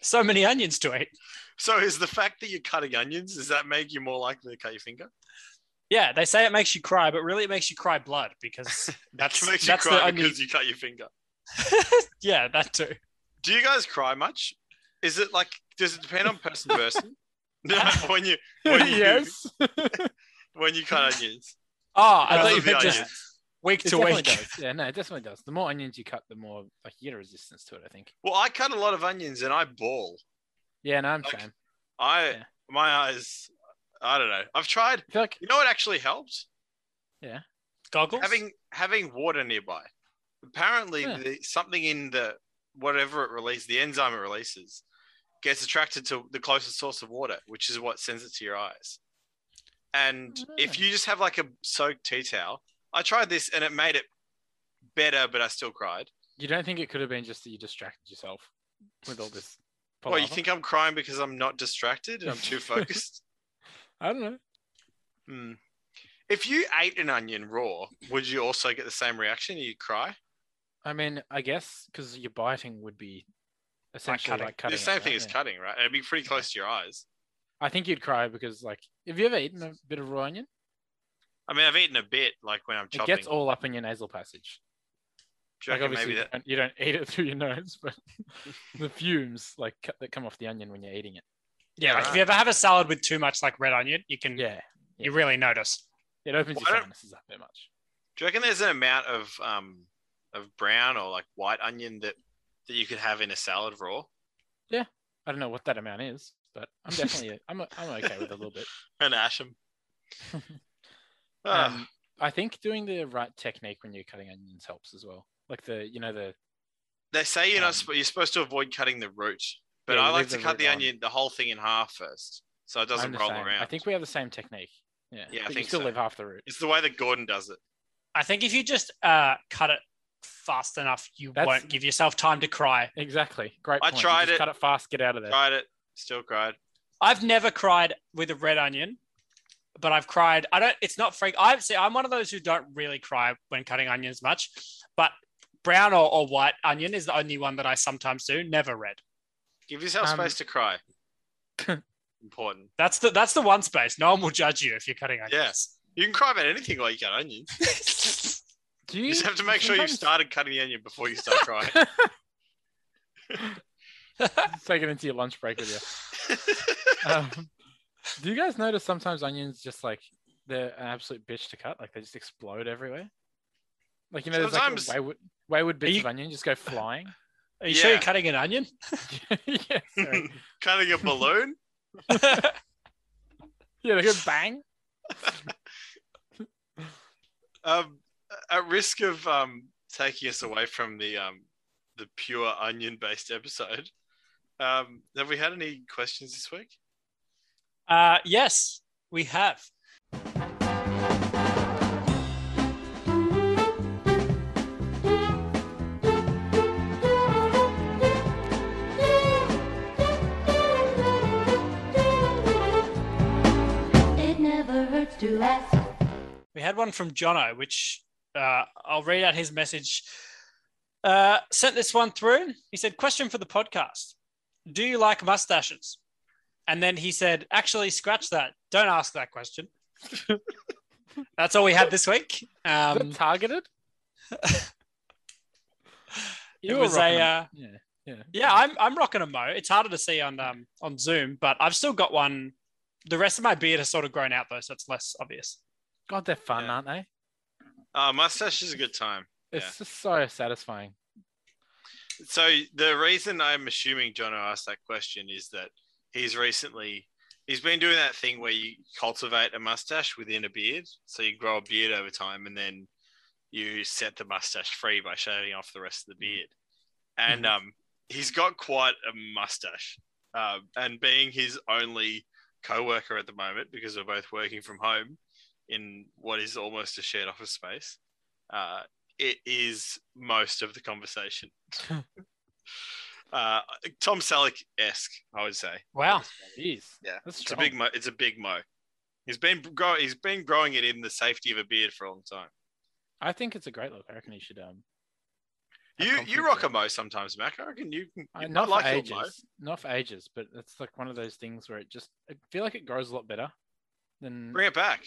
[SPEAKER 2] So many onions to eat.
[SPEAKER 1] So is the fact that you're cutting onions, does that make you more likely to cut your finger?
[SPEAKER 2] Yeah, they say it makes you cry, but really it makes you cry blood because that's
[SPEAKER 1] It makes you
[SPEAKER 2] that's the
[SPEAKER 1] cry
[SPEAKER 2] only.
[SPEAKER 1] because you cut your finger.
[SPEAKER 2] Yeah, that too.
[SPEAKER 1] Do you guys cry much? Is it like does it depend on person to person? No, when you when you when you cut onions.
[SPEAKER 2] Oh, I
[SPEAKER 3] Because
[SPEAKER 2] thought
[SPEAKER 1] of
[SPEAKER 2] you
[SPEAKER 1] the
[SPEAKER 2] meant just
[SPEAKER 1] onions.
[SPEAKER 2] week
[SPEAKER 3] It
[SPEAKER 2] to
[SPEAKER 3] definitely
[SPEAKER 2] week.
[SPEAKER 3] does. Yeah, no, it definitely does. The more onions you cut, the more like you get a resistance to it. I think.
[SPEAKER 1] Well, I cut a lot of onions and I bawl.
[SPEAKER 3] Yeah, no, I'm
[SPEAKER 1] Like-
[SPEAKER 3] same.
[SPEAKER 1] I
[SPEAKER 3] Yeah.
[SPEAKER 1] my eyes I don't know. I've tried
[SPEAKER 3] I feel like
[SPEAKER 1] you know what actually helped?
[SPEAKER 2] Goggles.
[SPEAKER 1] Having having water nearby. Apparently
[SPEAKER 3] Yeah.
[SPEAKER 1] the, something in the whatever it releases, the enzyme it releases, gets attracted to the closest source of water, which is what sends it to your eyes. And
[SPEAKER 3] Ah.
[SPEAKER 1] if you just have like a soaked tea towel, I tried this and it made it better, but I still cried.
[SPEAKER 3] you don't think it could have been just that you distracted yourself with all this.
[SPEAKER 1] Well, you
[SPEAKER 3] palaver?
[SPEAKER 1] think I'm crying because I'm not distracted and I'm too focused?
[SPEAKER 3] I don't know.
[SPEAKER 1] Hmm. If you ate an onion raw, would you also get the same reaction? You cry?
[SPEAKER 3] I mean, I guess because your biting would be essentially
[SPEAKER 2] cutting.
[SPEAKER 3] like cutting.
[SPEAKER 1] the same
[SPEAKER 3] it,
[SPEAKER 1] thing
[SPEAKER 3] right?
[SPEAKER 1] as
[SPEAKER 3] Yeah.
[SPEAKER 1] cutting, right? It'd be pretty close to your eyes.
[SPEAKER 3] I think you'd cry because, like, have you ever eaten a bit of raw onion?
[SPEAKER 1] I mean, I've eaten a bit, like when I'm chopping.
[SPEAKER 3] It gets all up in your nasal passage.
[SPEAKER 1] Do you
[SPEAKER 3] like,
[SPEAKER 1] reckon
[SPEAKER 3] obviously,
[SPEAKER 1] maybe
[SPEAKER 3] you
[SPEAKER 1] that.
[SPEAKER 3] don't- you don't eat it through your nose, but the fumes like cut, that come off the onion when you're eating it.
[SPEAKER 2] yeah, like if
[SPEAKER 1] uh,
[SPEAKER 2] you ever have a salad with too much like red onion, you can
[SPEAKER 3] Yeah,
[SPEAKER 2] you really notice.
[SPEAKER 3] it opens
[SPEAKER 1] Why
[SPEAKER 3] your
[SPEAKER 1] Mm. don't-
[SPEAKER 3] sinuses up a bit much.
[SPEAKER 1] Do you reckon there's an amount of um of brown or like white onion that that you could have in a salad raw?
[SPEAKER 3] I don't know what that amount is, but I'm definitely I'm I'm okay with a little bit.
[SPEAKER 1] An asham. Ah,
[SPEAKER 3] Um, I think doing the right technique when you're cutting onions helps as well. Like the you know the
[SPEAKER 1] they say you're not
[SPEAKER 3] um,
[SPEAKER 1] sp- you're supposed to avoid cutting the root, but
[SPEAKER 3] Yeah,
[SPEAKER 1] I
[SPEAKER 3] you
[SPEAKER 1] like
[SPEAKER 3] leave
[SPEAKER 1] to
[SPEAKER 3] the
[SPEAKER 1] cut
[SPEAKER 3] root
[SPEAKER 1] the
[SPEAKER 3] on.
[SPEAKER 1] onion, the whole thing in half first, so it doesn't
[SPEAKER 3] I'm the
[SPEAKER 1] roll
[SPEAKER 3] same.
[SPEAKER 1] around.
[SPEAKER 3] I think we have the same technique. Yeah,
[SPEAKER 1] Yeah, I
[SPEAKER 3] but you
[SPEAKER 1] think
[SPEAKER 3] still
[SPEAKER 1] so.
[SPEAKER 3] live half the root.
[SPEAKER 1] it's the way that Gordon does it.
[SPEAKER 2] I think if you just uh, cut it fast enough, you
[SPEAKER 3] That's-
[SPEAKER 2] won't give yourself time to cry.
[SPEAKER 3] Exactly. Great.
[SPEAKER 1] I
[SPEAKER 3] point. You
[SPEAKER 1] tried
[SPEAKER 3] just
[SPEAKER 1] it.
[SPEAKER 3] Cut it fast. Get out of there.
[SPEAKER 1] Tried it, still cried.
[SPEAKER 2] I've never cried with a red onion, but I've cried. I don't. It's not freak. I've see. I'm one of those who don't really cry when cutting onions much, but brown or, or white onion is the only one that I sometimes do. Never red.
[SPEAKER 1] Give yourself
[SPEAKER 3] Um,
[SPEAKER 1] space to cry. Important.
[SPEAKER 2] That's the that's the one space. No one will judge you if you're cutting onions.
[SPEAKER 1] Yes. You can cry about anything while you cut onions.
[SPEAKER 3] Do
[SPEAKER 1] You just have to make sure you've
[SPEAKER 3] sometimes
[SPEAKER 1] started cutting the onion before you start crying.
[SPEAKER 3] Take it into your lunch break with you. um, do you guys notice sometimes onions just like they're an absolute bitch to cut? Like they just explode everywhere. Like you know, there's
[SPEAKER 1] Sometimes-
[SPEAKER 3] like wayward, wayward bits
[SPEAKER 2] you-
[SPEAKER 3] of onion just go flying.
[SPEAKER 2] Are you sure
[SPEAKER 1] Yeah.
[SPEAKER 2] you're cutting an onion?
[SPEAKER 3] yeah, sorry.
[SPEAKER 1] Cutting a balloon?
[SPEAKER 3] yeah, they go bang.
[SPEAKER 1] um, at risk of um, taking us away from the um, the pure onion based episode, um, have we had any questions this week?
[SPEAKER 2] Uh, yes, we have.
[SPEAKER 4] It never hurts to ask.
[SPEAKER 2] We had one from Jono, which uh, I'll read out his message. Uh, sent this one through. He said, Question for the podcast Do you like mustaches? And then he said, Actually, scratch that. Don't ask that question. That's all we had this week.
[SPEAKER 3] Is that
[SPEAKER 2] Um,
[SPEAKER 3] targeted?
[SPEAKER 2] it
[SPEAKER 3] were
[SPEAKER 2] was
[SPEAKER 3] rocking
[SPEAKER 2] a.
[SPEAKER 3] them.
[SPEAKER 2] Uh,
[SPEAKER 3] yeah, yeah.
[SPEAKER 2] Yeah, I'm I'm rocking a mo. It's harder to see on um on Zoom, but I've still got one. The rest of my beard has sort of grown out though, so it's less obvious.
[SPEAKER 3] God, they're fun,
[SPEAKER 1] Yeah.
[SPEAKER 3] aren't they?
[SPEAKER 1] Uh, mustache is a good time.
[SPEAKER 3] It's
[SPEAKER 1] Yeah.
[SPEAKER 3] just so satisfying.
[SPEAKER 1] So the reason I'm assuming Jono asked that question is that he's recently he's been doing that thing where you cultivate a mustache within a beard, so you grow a beard over time, and then you set the mustache free by shaving off the rest of the beard. And um, he's got quite a mustache. Um, and being his only co worker at the moment, because we're both working from home in what is almost a shared office space, uh, it is most of the conversation. uh, Tom Selleck esque, I would say.
[SPEAKER 2] Wow.
[SPEAKER 3] Jeez.
[SPEAKER 1] Yeah,
[SPEAKER 3] That's
[SPEAKER 1] It's a
[SPEAKER 3] strong.
[SPEAKER 1] big mo. It's a big mo. He's been grow- He's been growing it in the safety of a beard for a long time.
[SPEAKER 3] I think it's a great look. I reckon you should um.
[SPEAKER 1] You
[SPEAKER 3] have confidence
[SPEAKER 1] you rock
[SPEAKER 3] in
[SPEAKER 1] a
[SPEAKER 3] it.
[SPEAKER 1] mo sometimes, Mac. I reckon you can.
[SPEAKER 3] I-
[SPEAKER 1] I
[SPEAKER 3] Uh, not
[SPEAKER 1] like
[SPEAKER 3] for
[SPEAKER 1] your mo.
[SPEAKER 3] ages, not for ages, but it's like one of those things where it just I feel like it grows a lot better than
[SPEAKER 1] Bring it back.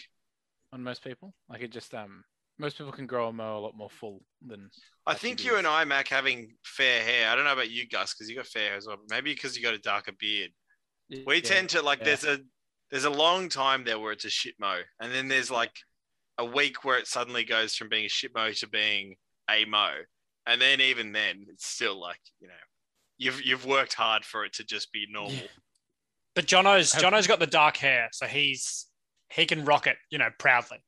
[SPEAKER 3] on most people. Like it just um, most people can grow a mo a lot more full than
[SPEAKER 1] I
[SPEAKER 3] Actually
[SPEAKER 1] think
[SPEAKER 3] it
[SPEAKER 1] you
[SPEAKER 3] is.
[SPEAKER 1] and I, Mac, having fair hair. I don't know about you, Gus, because you got fair hair as well. But maybe because you got a darker beard. We tend to like.
[SPEAKER 3] yeah.
[SPEAKER 1] There's a there's a long time there where it's a shit mo, and then there's like a week where it suddenly goes from being a shit mo to being a mo, and then even then, it's still like you know, you've you've worked hard for it to just be normal.
[SPEAKER 2] But Jono's
[SPEAKER 3] Hope-
[SPEAKER 2] Jono's got the dark hair, so he's he can rock it, you know, proudly.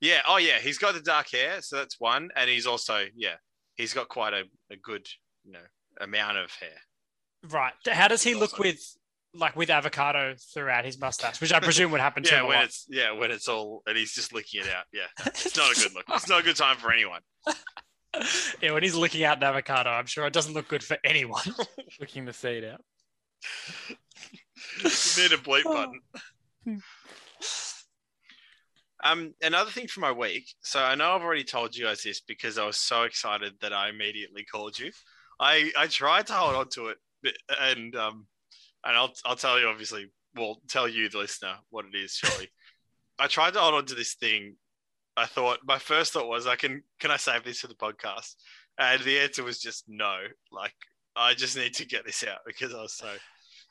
[SPEAKER 1] Yeah. Oh, yeah. He's got the dark hair, so that's one, and he's also yeah, he's got quite a, a good you know amount of hair.
[SPEAKER 2] Right. How does he
[SPEAKER 1] He's
[SPEAKER 2] look
[SPEAKER 1] also-
[SPEAKER 2] with like with avocado throughout his mustache, which I presume would happen to
[SPEAKER 1] yeah,
[SPEAKER 2] him a
[SPEAKER 1] when
[SPEAKER 2] lot.
[SPEAKER 1] it's yeah when it's all and he's just licking it out. Yeah, it's not a good look. It's not a good time for anyone.
[SPEAKER 2] yeah, when he's looking out an avocado, I'm sure it doesn't look good for anyone.
[SPEAKER 3] looking the seed out.
[SPEAKER 1] You need a bleep button. Um, another thing from my week. So I know I've already told you guys this because I was so excited that I immediately called you. I I tried to hold on to it, but- and um, and I'll I'll tell you obviously. Well, tell you the listener what it is shortly. I tried to hold on to this thing. I thought my first thought was I can can I save this for the podcast, and the answer was just no. Like I just need to get this out because I was so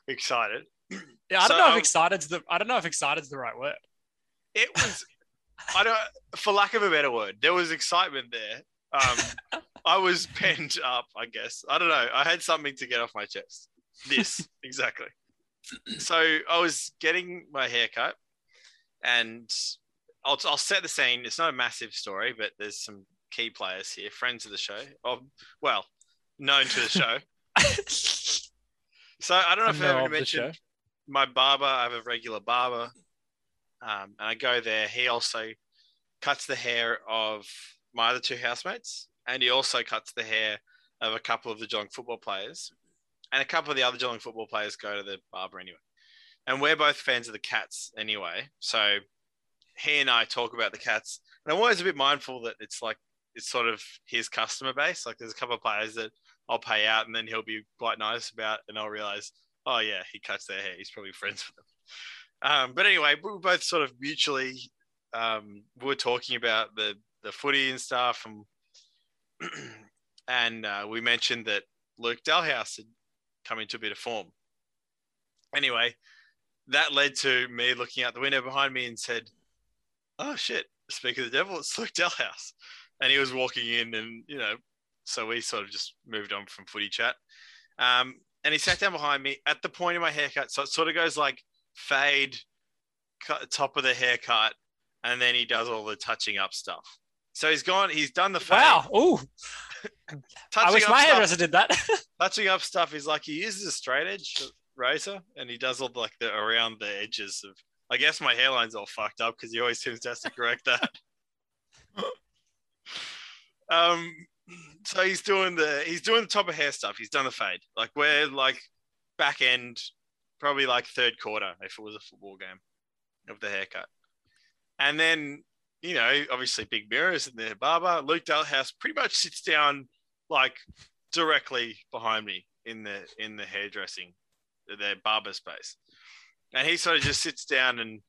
[SPEAKER 1] excited.
[SPEAKER 2] Yeah, I don't
[SPEAKER 1] So,
[SPEAKER 2] know if
[SPEAKER 1] um,
[SPEAKER 2] excited's the I don't know if excited's the right word.
[SPEAKER 1] it was i don't for lack of a better word there was excitement there um i was pent up i guess i don't know i had something to get off my chest this exactly so i was getting my haircut and I'll, I'll set the scene it's not a massive story but there's some key players here friends of the show oh, well known to the show so i don't know if
[SPEAKER 3] Know
[SPEAKER 1] i ever
[SPEAKER 3] of the show.
[SPEAKER 1] mentioned my barber. I have a regular barber, um, and I go there. He also cuts the hair of my other two housemates, and he also cuts the hair of a couple of the Geelong football players, and a couple of the other Geelong football players go to the barber anyway. And we're both fans of the Cats anyway, so he and I talk about the Cats, and I'm always a bit mindful that it's like it's sort of his customer base. Like there's a couple of players that I'll pay out, and then he'll be quite nice about, and I'll realize oh yeah, he cuts their hair. He's probably friends with them. Um, but anyway, we were both sort of mutually um, we were talking about the the footy and stuff, and and uh, we mentioned that Luke Dalhouse had come into a bit of form. Anyway, that led to me looking out the window behind me and said, "Oh shit! Speak of the devil, it's Luke Dalhouse," and he was walking in, and you know, so we sort of just moved on from footy chat. Um, and he sat down behind me at the point of my haircut. So it sort of goes like fade, cut, top of the haircut, and then he does all the touching up stuff. So he's gone. He's done the fade.
[SPEAKER 2] Wow. Ooh.
[SPEAKER 1] Touching
[SPEAKER 2] I wish
[SPEAKER 1] up
[SPEAKER 2] my
[SPEAKER 1] stuff-
[SPEAKER 2] hairdresser did that.
[SPEAKER 1] touching up stuff is like he uses a straight edge razor and he does all the, like the around the edges of I guess my hairline's all fucked up because he always seems to have to correct that. um so he's doing the he's doing the top of hair stuff. He's done the fade. Like we're like back end, probably like third quarter if it was a football game of the haircut. And then, you know, obviously big mirrors in the barber. Luke Dalhouse pretty much sits down like directly behind me in the in the hairdressing, the barber space, and he sort of just sits down and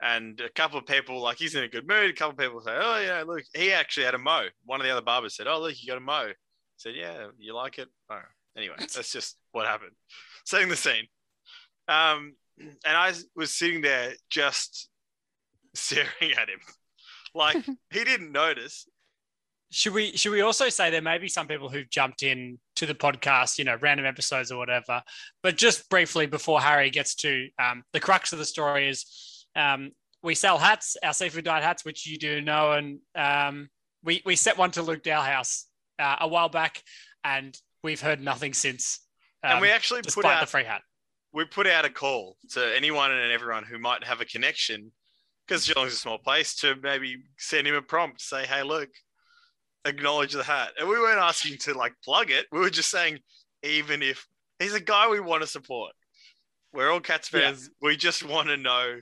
[SPEAKER 1] and a couple of people like he's in a good mood. A couple of people say, "Oh yeah, look, he actually had a mo." One of the other barbers said, "Oh look, you got a mo." I said, "Yeah, you like it." Oh, anyway, that's just what happened. Setting the scene, um, and I was sitting there just staring at him, like he didn't notice.
[SPEAKER 2] Should we should we also say there may be some people who've jumped in to the podcast, you know, random episodes or whatever. But just briefly before Harry gets to um, the crux of the story is um, we sell hats, our seafood diet hats, which you do know and um, we we set one to Luke Dowhouse uh, a while back, and we've heard nothing since.
[SPEAKER 1] and
[SPEAKER 2] um,
[SPEAKER 1] we actually put
[SPEAKER 2] despite
[SPEAKER 1] out
[SPEAKER 2] the free hat.
[SPEAKER 1] we put out a call to anyone and everyone who might have a connection, because Geelong's a small place, to maybe send him a prompt, say, "Hey, look, acknowledge the hat." And we weren't asking to like plug it. We were just saying, even if he's a guy we want to support, we're all Cats
[SPEAKER 2] Yeah.
[SPEAKER 1] fans. We just want to know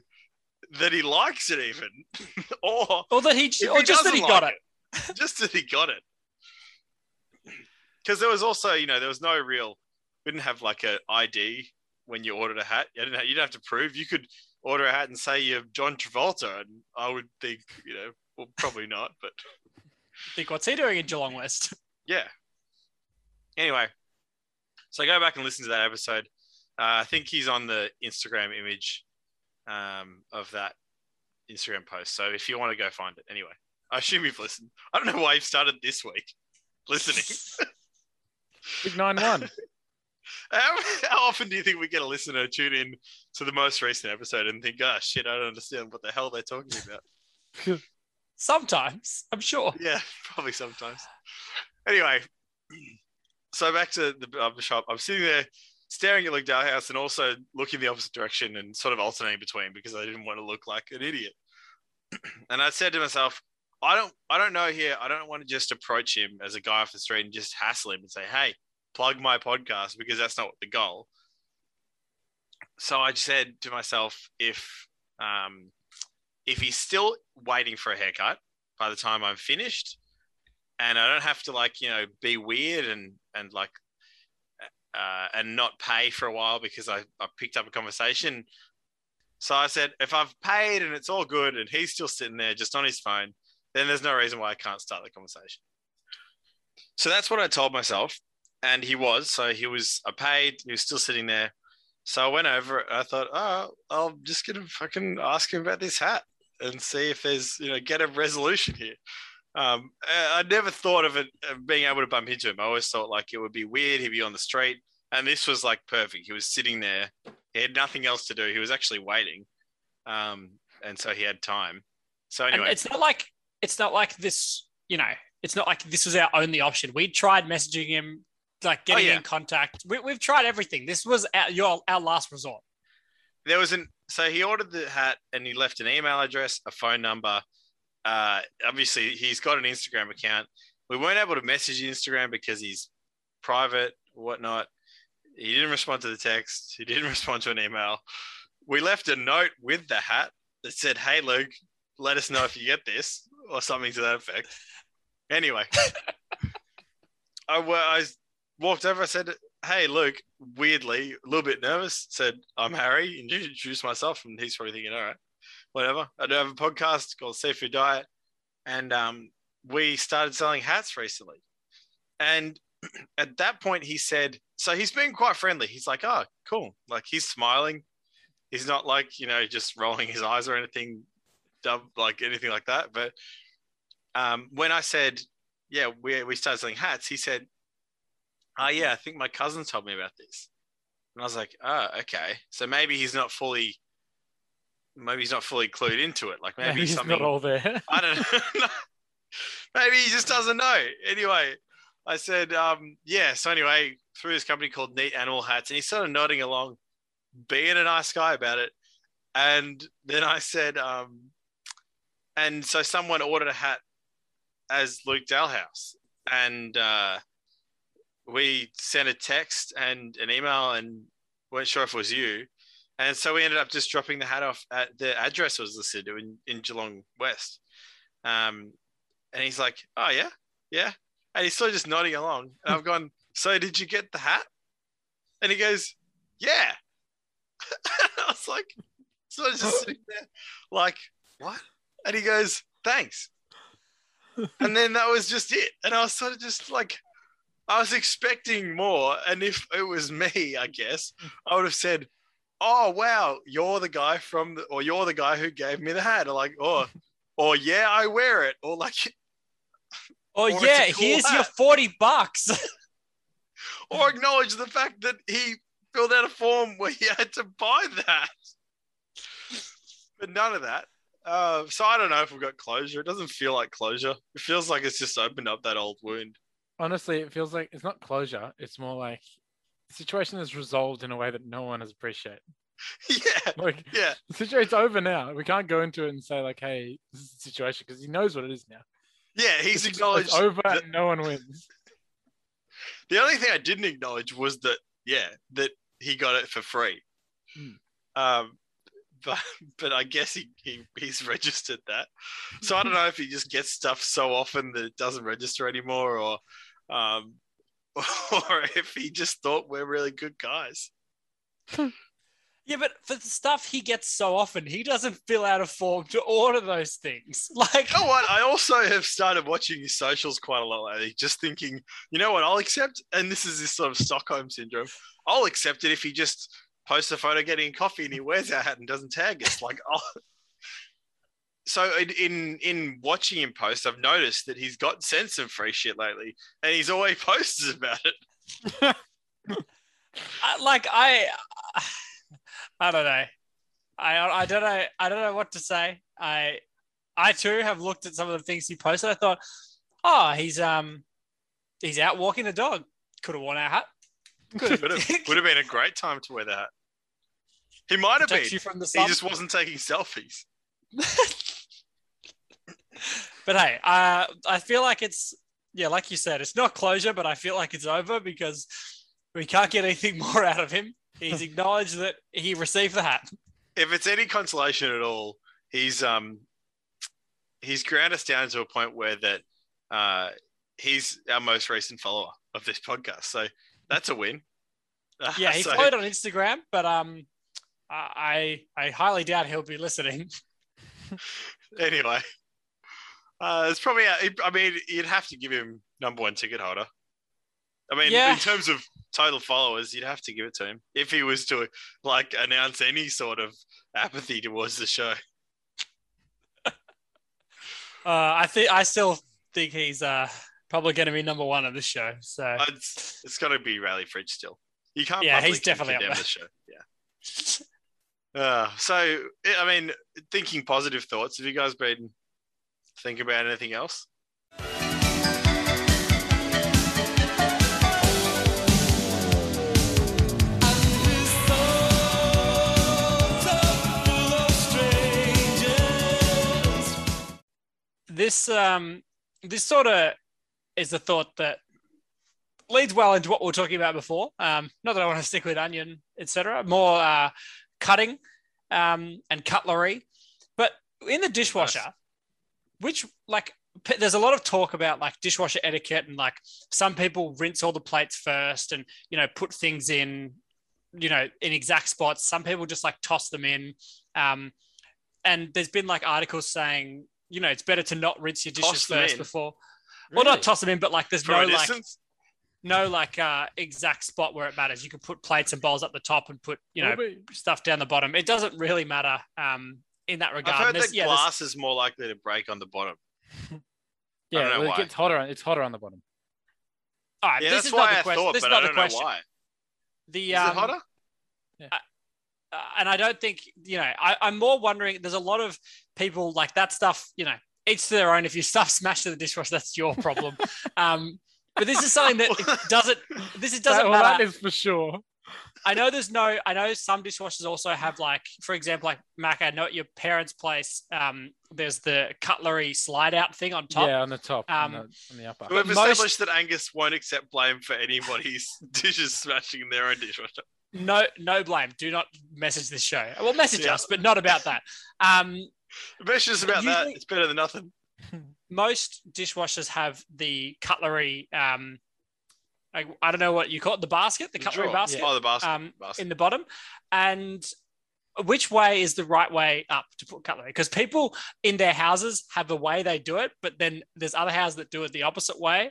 [SPEAKER 1] that he likes it, even, or
[SPEAKER 2] Or that he,
[SPEAKER 1] if
[SPEAKER 2] or
[SPEAKER 1] he
[SPEAKER 2] just that he
[SPEAKER 1] doesn't
[SPEAKER 2] got
[SPEAKER 1] like
[SPEAKER 2] it.
[SPEAKER 1] it. Just that he got it. Because there was also, you know, there was no real. We didn't have like a ID when you ordered a hat. You didn't. Have, you didn't have to prove. You could order a hat and say you're John Travolta, and I would think, you know, well, probably not, but
[SPEAKER 2] Think what's he doing in Geelong West?
[SPEAKER 1] yeah. Anyway, so go back and listen to that episode. Uh, I think he's on the Instagram image um, of that Instagram post. So if you want to go find it, anyway, I assume you've listened. I don't know why you've started this week listening.
[SPEAKER 3] Big nine one.
[SPEAKER 1] How, how often do you think we get a listener tune in to the most recent episode and think, oh shit, I don't understand what the hell they're talking about?
[SPEAKER 2] Sometimes, I'm sure.
[SPEAKER 1] yeah, probably sometimes. Anyway, so back to the barber shop. I'm sitting there staring at Luke Dowhouse and also looking the opposite direction and sort of alternating between because I didn't want to look like an idiot. And I said to myself, I don't, I don't know here. I don't want to just approach him as a guy off the street and just hassle him and say, "Hey, plug my podcast," because that's not the goal. So I said to myself, if um, if he's still waiting for a haircut, by the time I'm finished, and I don't have to like you know be weird and and like uh, and not pay for a while because I, I picked up a conversation. So I said, if I've paid and it's all good and he's still sitting there just on his phone, then there's no reason why I can't start the conversation. So that's what I told myself, and he was. So he was I paid. He was still sitting there. So I went over. And I thought, oh, I'm just gonna fucking ask him about this hat and see if there's you know get a resolution here. Um, I I never thought of it of being able to bump into him. I always thought like it would be weird. He'd be on the street, and this was like perfect. He was sitting there. He had nothing else to do. He was actually waiting, um, and so he had time. So
[SPEAKER 2] And
[SPEAKER 1] anyway,
[SPEAKER 2] it's not like it's not like this. You know, it's not like this was our only option. We tried messaging him, like getting
[SPEAKER 1] yeah.
[SPEAKER 2] in contact. We, we've tried everything. This was our, your our last resort.
[SPEAKER 1] there was an so he ordered the hat and he left an email address, a phone number. Uh, obviously, he's got an Instagram account. We weren't able to message Instagram because he's private, whatnot. He didn't respond to the text. He didn't respond to an email. We left a note with the hat that said, "Hey Luke, let us know if you get this," or something to that effect. Anyway, I, wa- I walked over. I said, hey Luke, weirdly, a little bit nervous, said, I'm Harry, and introduced myself, and he's probably thinking, all right, whatever. I do have a podcast called Seafood Diet, and um, we started selling hats recently. And at that point, he said, so he's been quite friendly. He's like, oh, cool. Like he's smiling. He's not like, you know, just rolling his eyes or anything, dub- like anything like that. But um, when I said, yeah, we, we started selling hats, he said, oh yeah, I think my cousin told me about this. And I was like, oh, okay. So maybe he's not fully, maybe he's not fully clued into it. Like maybe,
[SPEAKER 3] Maybe he's
[SPEAKER 1] something.
[SPEAKER 3] not all there.
[SPEAKER 1] I don't know. Maybe he just doesn't know. Anyway, I said, um, yeah. So anyway, through this company called Neat Animal Hats, and he's sort of nodding along, being a nice guy about it. And then I said, um, and so someone ordered a hat as Luke Dalhouse, and uh, we sent a text and an email, and weren't sure if it was you. And so we ended up just dropping the hat off at the address was listed in, in Geelong West. Um, and he's like, "Oh yeah, yeah," and he's still just nodding along. And I've gone, "So did you get the hat?" And he goes, "Yeah." I was like, sort of just sitting there, like, "What?" And he goes, "Thanks." and then that was just it. And I was sort of just like, I was expecting more. And if it was me, I guess I would have said. Oh wow, you're the guy from the, or you're the guy who gave me the hat. Or like, oh, or yeah, I wear it, or like,
[SPEAKER 2] Oh
[SPEAKER 1] Or it's a
[SPEAKER 2] yeah,
[SPEAKER 1] cool
[SPEAKER 2] here's your
[SPEAKER 1] hat.
[SPEAKER 2] forty bucks.
[SPEAKER 1] or acknowledge the fact that he filled out a form where he had to buy that. But none of that. Uh, so I don't know if we've got closure. It doesn't feel like closure. It feels like it's just opened up that old wound.
[SPEAKER 3] Honestly, it feels like it's not closure. It's more like the situation is resolved in a way that no one has appreciated.
[SPEAKER 1] yeah,
[SPEAKER 3] Like
[SPEAKER 1] yeah.
[SPEAKER 3] the situation's over now. We can't go into it and say like, "Hey, this is the situation," because he knows what it is now.
[SPEAKER 1] Yeah, he's
[SPEAKER 3] It's-
[SPEAKER 1] acknowledged.
[SPEAKER 3] It's over,
[SPEAKER 1] that-
[SPEAKER 3] and no one wins.
[SPEAKER 1] The only thing I didn't acknowledge was that, yeah, that he got it for free.
[SPEAKER 3] Hmm.
[SPEAKER 1] Um, but but I guess he, he he's registered that. So I don't know if he just gets stuff so often that it doesn't register anymore, or um, or if he just thought we're really good guys.
[SPEAKER 2] Yeah, but for the stuff he gets so often, he doesn't fill out a form to order those things. Like,
[SPEAKER 1] You know what? I also have started watching his socials quite a lot lately, just thinking, you know what, I'll accept, and this is this sort of Stockholm syndrome. I'll accept it if he just posts a photo getting coffee and he wears our hat and doesn't tag us. Like, oh. So in, in in watching him post, I've noticed that he's got sent some free shit lately, and he's always posts about it.
[SPEAKER 2] I, like I, I don't know. I I don't know. I don't know what to say. I I too have looked at some of the things he posted. I thought, oh, he's um, he's out walking the dog. Could have worn our hat. Good.
[SPEAKER 1] Would have, would have been a great time to wear the hat. He might have been.
[SPEAKER 2] Protects you from the
[SPEAKER 1] He
[SPEAKER 2] sun.
[SPEAKER 1] just wasn't taking selfies.
[SPEAKER 2] But hey, uh, I feel like it's yeah, like you said, it's not closure, but I feel like it's over because we can't get anything more out of him. He's acknowledged that he received the hat.
[SPEAKER 1] if it's any consolation at all, he's um he's ground us down to a point where that uh he's our most recent follower of this podcast. So that's a win. Uh,
[SPEAKER 2] Yeah, he
[SPEAKER 1] so-
[SPEAKER 2] followed on Instagram, but um, I I I highly doubt he'll be listening.
[SPEAKER 1] anyway. Uh, it's probably. a- I mean, you'd have to give him number one ticket holder. I mean,
[SPEAKER 2] Yeah.
[SPEAKER 1] in terms of total followers, you'd have to give it to him if he was to like announce any sort of apathy towards the show.
[SPEAKER 2] Uh, I think I still think he's uh probably going to be number one of this show. So
[SPEAKER 1] It's, it's got to be Rally Fridge still. You can't.
[SPEAKER 2] Yeah, he's
[SPEAKER 1] publicly
[SPEAKER 2] definitely up
[SPEAKER 1] condemn
[SPEAKER 2] there.
[SPEAKER 1] The show. Yeah. Uh, so I- I mean, thinking positive thoughts. Have you guys been thinking about anything else?
[SPEAKER 2] this um this sort of is a thought that leads well into what we were talking about before. Um, not that I want to stick with onion, etc. More uh, cutting um, and cutlery, but in the dishwasher, which like p- there's a lot of talk about like dishwasher etiquette and like some people rinse all the plates first and you know put things in you know in exact spots some people just like toss them in um and there's been like articles saying you know it's better to not rinse your dishes
[SPEAKER 1] Toss them
[SPEAKER 2] first
[SPEAKER 1] in?
[SPEAKER 2] before well, not toss them in, but like there's
[SPEAKER 1] From
[SPEAKER 2] no
[SPEAKER 1] a
[SPEAKER 2] like
[SPEAKER 1] distance?
[SPEAKER 2] no like uh exact spot where it matters. You could put plates and bowls up the top and put you know
[SPEAKER 3] Probably-
[SPEAKER 2] stuff down the bottom. It doesn't really matter um in that
[SPEAKER 1] I've
[SPEAKER 2] regard.
[SPEAKER 1] heard
[SPEAKER 2] And there's-
[SPEAKER 1] that
[SPEAKER 2] yeah, there's-
[SPEAKER 1] glass is more likely to break on the bottom.
[SPEAKER 3] yeah,
[SPEAKER 1] know
[SPEAKER 3] well,
[SPEAKER 1] why.
[SPEAKER 3] it gets hotter. on- It's hotter on the bottom.
[SPEAKER 2] all right,
[SPEAKER 1] Yeah,
[SPEAKER 2] Uh, this
[SPEAKER 1] that's
[SPEAKER 2] is
[SPEAKER 1] why
[SPEAKER 2] not
[SPEAKER 1] I
[SPEAKER 2] the question.
[SPEAKER 1] thought,
[SPEAKER 2] This is
[SPEAKER 1] but I
[SPEAKER 2] not the
[SPEAKER 1] don't know
[SPEAKER 2] question.
[SPEAKER 1] why.
[SPEAKER 2] The
[SPEAKER 1] is
[SPEAKER 2] um,
[SPEAKER 1] it hotter?
[SPEAKER 2] uh, and I don't think you know. I, I'm more wondering. There's a lot of people like that stuff. You know, each to their own. If your stuff smashed in the dishwasher, that's your problem. um, but this is something that it doesn't. This is, doesn't
[SPEAKER 3] That- well,
[SPEAKER 2] matter.
[SPEAKER 3] that is for sure.
[SPEAKER 2] I know there's no. I know some dishwashers also have like, for example, like Mac. I know at your parents' place, um, there's the cutlery slide out thing on top.
[SPEAKER 3] Yeah, on the top, on,
[SPEAKER 2] Um,
[SPEAKER 3] the, on the upper.
[SPEAKER 1] We've
[SPEAKER 2] most-
[SPEAKER 1] established that Angus won't accept blame for anybody's dishes smashing in their own dishwasher.
[SPEAKER 2] No, no blame. Do not message this show. Well, message
[SPEAKER 1] Yeah.
[SPEAKER 2] us, but not about that. Um,
[SPEAKER 1] It's just about that.
[SPEAKER 2] Usually-
[SPEAKER 1] It's better than nothing.
[SPEAKER 2] most dishwashers have the cutlery. Um, I, I don't know what you call it. The basket, the, cutlery
[SPEAKER 1] drawer.
[SPEAKER 2] basket.
[SPEAKER 1] Oh, the basket.
[SPEAKER 2] Um,
[SPEAKER 1] basket.
[SPEAKER 2] in the bottom and which way is the right way up to put cutlery because people in their houses have a way they do it but then there's other houses that do it the opposite way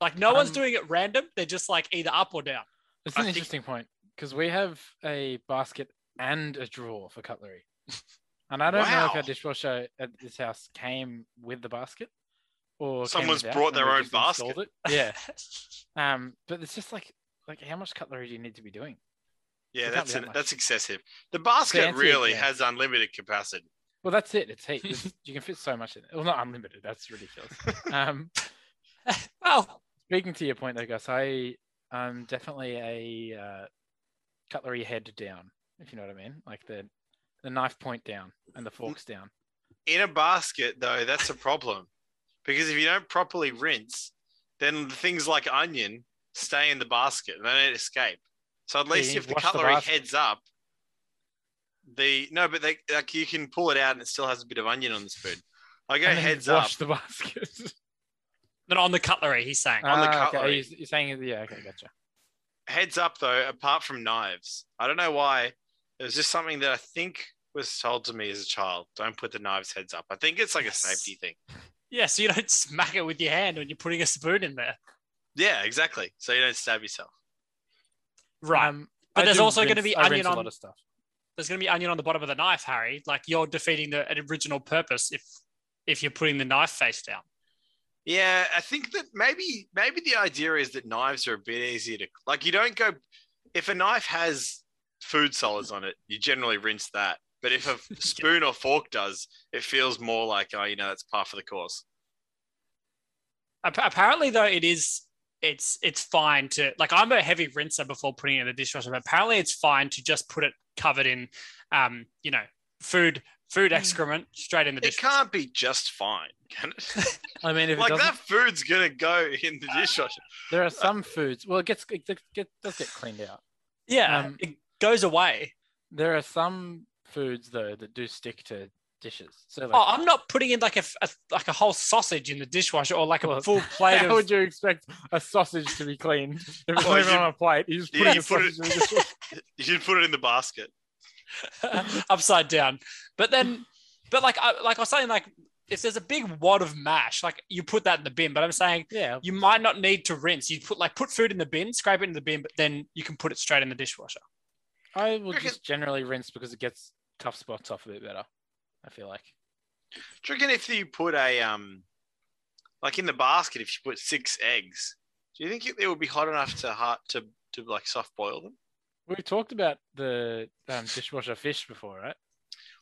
[SPEAKER 2] like no one's
[SPEAKER 3] Um,
[SPEAKER 2] doing it random they're just like either up or down
[SPEAKER 3] It's
[SPEAKER 1] I
[SPEAKER 3] an
[SPEAKER 1] think-
[SPEAKER 3] interesting point because we have a basket and a drawer for cutlery, and I don't know if
[SPEAKER 1] Wow.
[SPEAKER 3] our dishwasher at this house came with the basket, or came
[SPEAKER 1] Someone's
[SPEAKER 3] without
[SPEAKER 1] brought
[SPEAKER 3] and
[SPEAKER 1] their
[SPEAKER 3] we
[SPEAKER 1] own
[SPEAKER 3] just installed It. Yeah, um, but it's just like like how much cutlery do you need to be doing?
[SPEAKER 1] Yeah,
[SPEAKER 3] It can't
[SPEAKER 1] that's
[SPEAKER 3] be that
[SPEAKER 1] an,
[SPEAKER 3] much.
[SPEAKER 1] that's excessive. The basket
[SPEAKER 3] Fancy,
[SPEAKER 1] really
[SPEAKER 3] yeah.
[SPEAKER 1] has unlimited capacity.
[SPEAKER 3] Well, that's it. It's heat. There's- you can fit so much in. Well, not unlimited. That's ridiculous. Um,
[SPEAKER 2] Well,
[SPEAKER 3] speaking to your point, though, Gus, I I'm definitely a uh, cutlery head down. If you know what I mean, like the the knife point down and the forks down.
[SPEAKER 1] In a basket, though, that's a problem because if you don't properly rinse, then things like onion stay in the basket and they don't escape. So at
[SPEAKER 3] Yeah,
[SPEAKER 1] least
[SPEAKER 3] you
[SPEAKER 1] if the
[SPEAKER 3] wash the
[SPEAKER 1] cutlery
[SPEAKER 3] basket.
[SPEAKER 1] heads up, the no, but they like you can pull it out and it still has a bit of onion on the spoon. I go
[SPEAKER 3] and then you
[SPEAKER 1] heads up.
[SPEAKER 3] wash the basket.
[SPEAKER 2] not on the cutlery, he's saying.
[SPEAKER 1] On the
[SPEAKER 3] Ah, okay.
[SPEAKER 1] cutlery.
[SPEAKER 3] You're, you're saying yeah. Okay, gotcha.
[SPEAKER 1] heads up though, apart from knives, I don't know why. It was just something that I think was told to me as a child. Don't put the knives heads up. I think it's like
[SPEAKER 2] Yes.
[SPEAKER 1] a safety thing.
[SPEAKER 2] Yeah, so you don't smack it with your hand when you're putting a spoon in there.
[SPEAKER 1] Yeah, exactly. So you don't stab yourself.
[SPEAKER 2] Right.
[SPEAKER 3] Um,
[SPEAKER 2] But
[SPEAKER 3] I
[SPEAKER 2] there's
[SPEAKER 3] do
[SPEAKER 2] also gonna
[SPEAKER 3] rinse-
[SPEAKER 2] be
[SPEAKER 3] I
[SPEAKER 2] onion
[SPEAKER 3] rinse a
[SPEAKER 2] on-
[SPEAKER 3] lot of stuff.
[SPEAKER 2] There's going to be onion on the bottom of the knife, Harry. Like you're defeating the original purpose if if you're putting the knife face down.
[SPEAKER 1] Yeah, I think that maybe maybe the idea is that knives are a bit easier to like. You don't go if a knife has food solids on it, you generally rinse that. But if a spoon or fork does, it feels more like oh, you know, that's part of the course.
[SPEAKER 2] Ap- apparently, though, it is it's it's fine to like I'm a heavy rinser before putting it in the dishwasher. But apparently, it's fine to just put it covered in, um, you know, food food excrement straight in the
[SPEAKER 1] It
[SPEAKER 2] dishwasher.
[SPEAKER 1] can't be just fine, can it? Uh,
[SPEAKER 3] I mean, if it
[SPEAKER 1] like
[SPEAKER 3] doesn't-
[SPEAKER 1] that food's gonna go in the dishwasher.
[SPEAKER 3] there are some foods. Well, it gets it, gets- get- does get cleaned out.
[SPEAKER 2] Yeah,
[SPEAKER 3] Um,
[SPEAKER 2] it goes away.
[SPEAKER 3] There are some foods though that do stick to dishes. So like,
[SPEAKER 2] Oh, I'm not putting in like a, f- a- like a whole sausage in the dishwasher or like Oh, a
[SPEAKER 3] Well,
[SPEAKER 2] full plate
[SPEAKER 3] how
[SPEAKER 2] of.
[SPEAKER 3] would you expect a sausage to be cleaned if it's
[SPEAKER 1] Well,
[SPEAKER 3] not even
[SPEAKER 1] Oh, you-
[SPEAKER 3] on a plate? You just put,
[SPEAKER 1] yeah,
[SPEAKER 3] in
[SPEAKER 1] you
[SPEAKER 3] a
[SPEAKER 1] put it-
[SPEAKER 3] sausage and just-
[SPEAKER 1] You can put it in the basket.
[SPEAKER 2] upside down. But then, but like, I, like I was saying, like if there's a big wad of mash, like you put that in the bin. But I'm saying
[SPEAKER 3] yeah.
[SPEAKER 2] you might not need to rinse. You put like put food in the bin, scrape it in the bin, but then you can put it straight in the dishwasher.
[SPEAKER 3] I will
[SPEAKER 1] Reckon-
[SPEAKER 3] just generally rinse because it gets tough spots off a bit better. I feel like.
[SPEAKER 1] Do you reckon if you put a um, like in the basket, if you put six eggs, do you think it, it would be hot enough to hard to to like soft boil them?
[SPEAKER 3] We talked about the um, dishwasher fish before, right?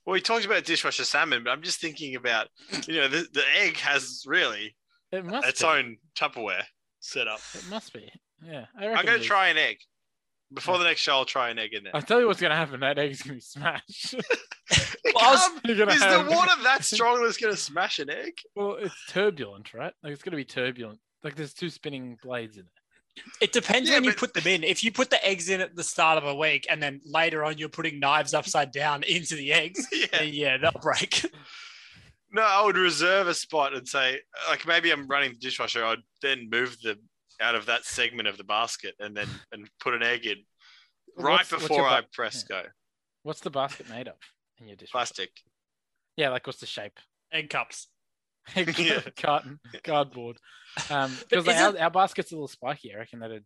[SPEAKER 1] Well, we talked about dishwasher salmon, but I'm just thinking about you know the, the egg has really
[SPEAKER 3] It must
[SPEAKER 1] its
[SPEAKER 3] be.
[SPEAKER 1] own Tupperware setup.
[SPEAKER 3] It must be. Yeah. I
[SPEAKER 1] I'm
[SPEAKER 3] reckon
[SPEAKER 1] gonna
[SPEAKER 3] it is.
[SPEAKER 1] try an egg before the next show. I'll try an egg in there.
[SPEAKER 3] I tell you what's gonna happen. That egg's gonna be smashed.
[SPEAKER 1] It
[SPEAKER 2] Well, I was-
[SPEAKER 1] can't-
[SPEAKER 3] You're gonna
[SPEAKER 1] is the
[SPEAKER 3] have-
[SPEAKER 1] water that strong that's gonna smash an egg?
[SPEAKER 3] Well, it's turbulent, right? Like it's gonna be turbulent. Like there's two spinning blades in it.
[SPEAKER 2] It depends
[SPEAKER 1] Yeah,
[SPEAKER 2] when you
[SPEAKER 1] but-
[SPEAKER 2] put them in. If you put the eggs in at the start of a week, and then later on you're putting knives upside down into the eggs,
[SPEAKER 1] yeah.
[SPEAKER 2] then yeah, they'll break.
[SPEAKER 1] No, I would reserve a spot and say, like maybe I'm running the dishwasher. I'd then move the out of that segment of the basket and then and put an egg in
[SPEAKER 3] But
[SPEAKER 1] right
[SPEAKER 3] what's- what's your
[SPEAKER 1] before I
[SPEAKER 3] bu-
[SPEAKER 1] press go.
[SPEAKER 3] What's the basket made of in your dishwasher?
[SPEAKER 1] Plastic.
[SPEAKER 3] Yeah, like what's the shape?
[SPEAKER 2] Egg cups.
[SPEAKER 1] Yeah.
[SPEAKER 3] Carton, cardboard. Um,
[SPEAKER 2] But
[SPEAKER 3] because like, our,
[SPEAKER 2] isn't-
[SPEAKER 3] our basket's a little spiky. I reckon that it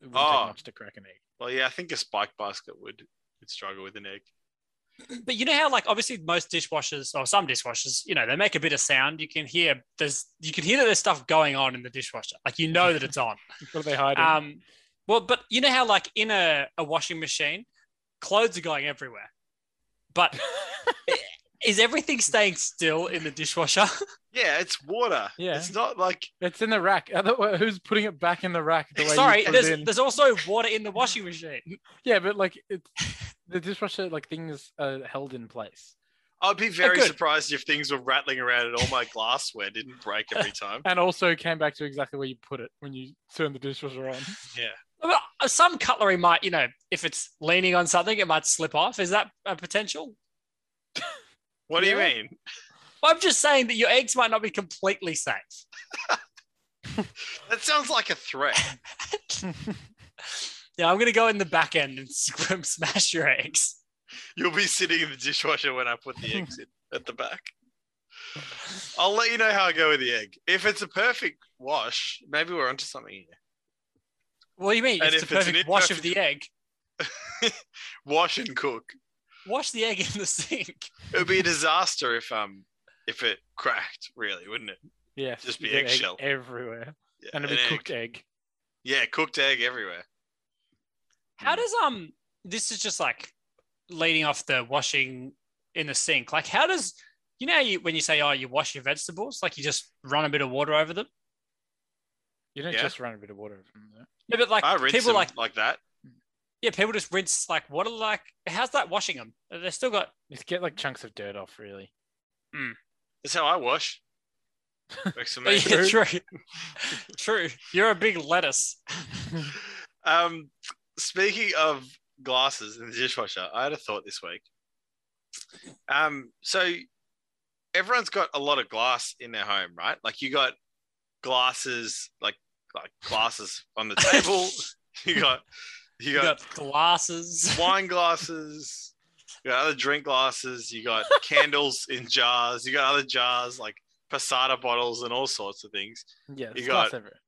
[SPEAKER 3] wouldn't
[SPEAKER 1] Oh.
[SPEAKER 3] take much to crack an egg.
[SPEAKER 1] Well, yeah, I think a spike basket would would struggle with an egg.
[SPEAKER 2] But you know how, like, obviously most dishwashers or some dishwashers, you know, they make a bit of sound. You can hear there's you can hear that there's stuff going on in the dishwasher. Like you know that it's on.
[SPEAKER 3] What are they hiding?
[SPEAKER 2] um, well, but you know how, like, in a, a washing machine, clothes are going everywhere. But is everything staying still in the dishwasher?
[SPEAKER 1] Yeah, it's water.
[SPEAKER 3] Yeah.
[SPEAKER 1] It's not like
[SPEAKER 3] it's in the rack. Otherwise, who's putting it back in the rack? The way you
[SPEAKER 2] Sorry,
[SPEAKER 3] put it
[SPEAKER 2] there's
[SPEAKER 3] in?
[SPEAKER 2] there's also water in the washing machine.
[SPEAKER 3] yeah, but like it's the dishwasher, like things are held in place,
[SPEAKER 1] I'd be
[SPEAKER 3] Oh,
[SPEAKER 1] very
[SPEAKER 2] good.
[SPEAKER 1] surprised if things were rattling around and all my glassware didn't break every time.
[SPEAKER 3] and also came back to exactly where you put it when you turn the dishwasher on.
[SPEAKER 2] Well, Some cutlery might, you know, if it's leaning on something, it might slip off. Is that a potential?
[SPEAKER 1] What do you
[SPEAKER 3] Yeah.
[SPEAKER 1] mean?
[SPEAKER 2] I'm just saying that your eggs might not be completely safe.
[SPEAKER 1] That sounds like a threat.
[SPEAKER 2] Yeah, I'm gonna go in the back end and scrim smash your eggs.
[SPEAKER 1] You'll be sitting in the dishwasher when I put the eggs in at the back. I'll let you know how I go with the egg. If it's a perfect wash, maybe we're onto something here.
[SPEAKER 2] What do you mean?
[SPEAKER 1] And
[SPEAKER 2] it's
[SPEAKER 1] if
[SPEAKER 2] the
[SPEAKER 1] it's an
[SPEAKER 2] perfect wash of
[SPEAKER 1] imperfect-
[SPEAKER 2] the egg.
[SPEAKER 1] Wash and cook.
[SPEAKER 2] Wash the egg in the sink.
[SPEAKER 1] It would be a disaster if um if it cracked, really, wouldn't it?
[SPEAKER 3] Yeah,
[SPEAKER 1] Just
[SPEAKER 3] you
[SPEAKER 1] be
[SPEAKER 3] get egg
[SPEAKER 1] eggshell.
[SPEAKER 3] everywhere,
[SPEAKER 1] Yeah,
[SPEAKER 3] and it'll
[SPEAKER 1] an
[SPEAKER 3] be
[SPEAKER 1] egg.
[SPEAKER 3] cooked egg.
[SPEAKER 1] Yeah, cooked egg everywhere.
[SPEAKER 2] How does um this is just like leading off the washing in the sink. Like how does You know, how you, when you say, "Oh, you wash your vegetables," like you just run a bit of water over them.
[SPEAKER 3] You don't
[SPEAKER 1] Yeah.
[SPEAKER 3] just run a bit of water over them, though.
[SPEAKER 2] No, but like
[SPEAKER 1] I rinse
[SPEAKER 2] people
[SPEAKER 1] them
[SPEAKER 2] like
[SPEAKER 1] like, that.
[SPEAKER 2] yeah, people just rinse like water. Like, how's that washing them? They still got
[SPEAKER 3] Just get like chunks of dirt off, really.
[SPEAKER 1] That's how I wash. Works for
[SPEAKER 2] Oh,
[SPEAKER 1] me.
[SPEAKER 2] yeah, true, true. You're a big lettuce.
[SPEAKER 1] Um, speaking of glasses in the dishwasher, I had a thought this week. Um, so everyone's got a lot of glass in their home, right? Like you got glasses, like like glasses on the table. you got you
[SPEAKER 2] You
[SPEAKER 1] got
[SPEAKER 2] got glasses.
[SPEAKER 1] wine glasses. You got other drink glasses. You got candles in jars. You got other jars like Posada bottles and all sorts of things.
[SPEAKER 3] Yeah,
[SPEAKER 1] You
[SPEAKER 3] it's glass
[SPEAKER 1] got-
[SPEAKER 3] everywhere.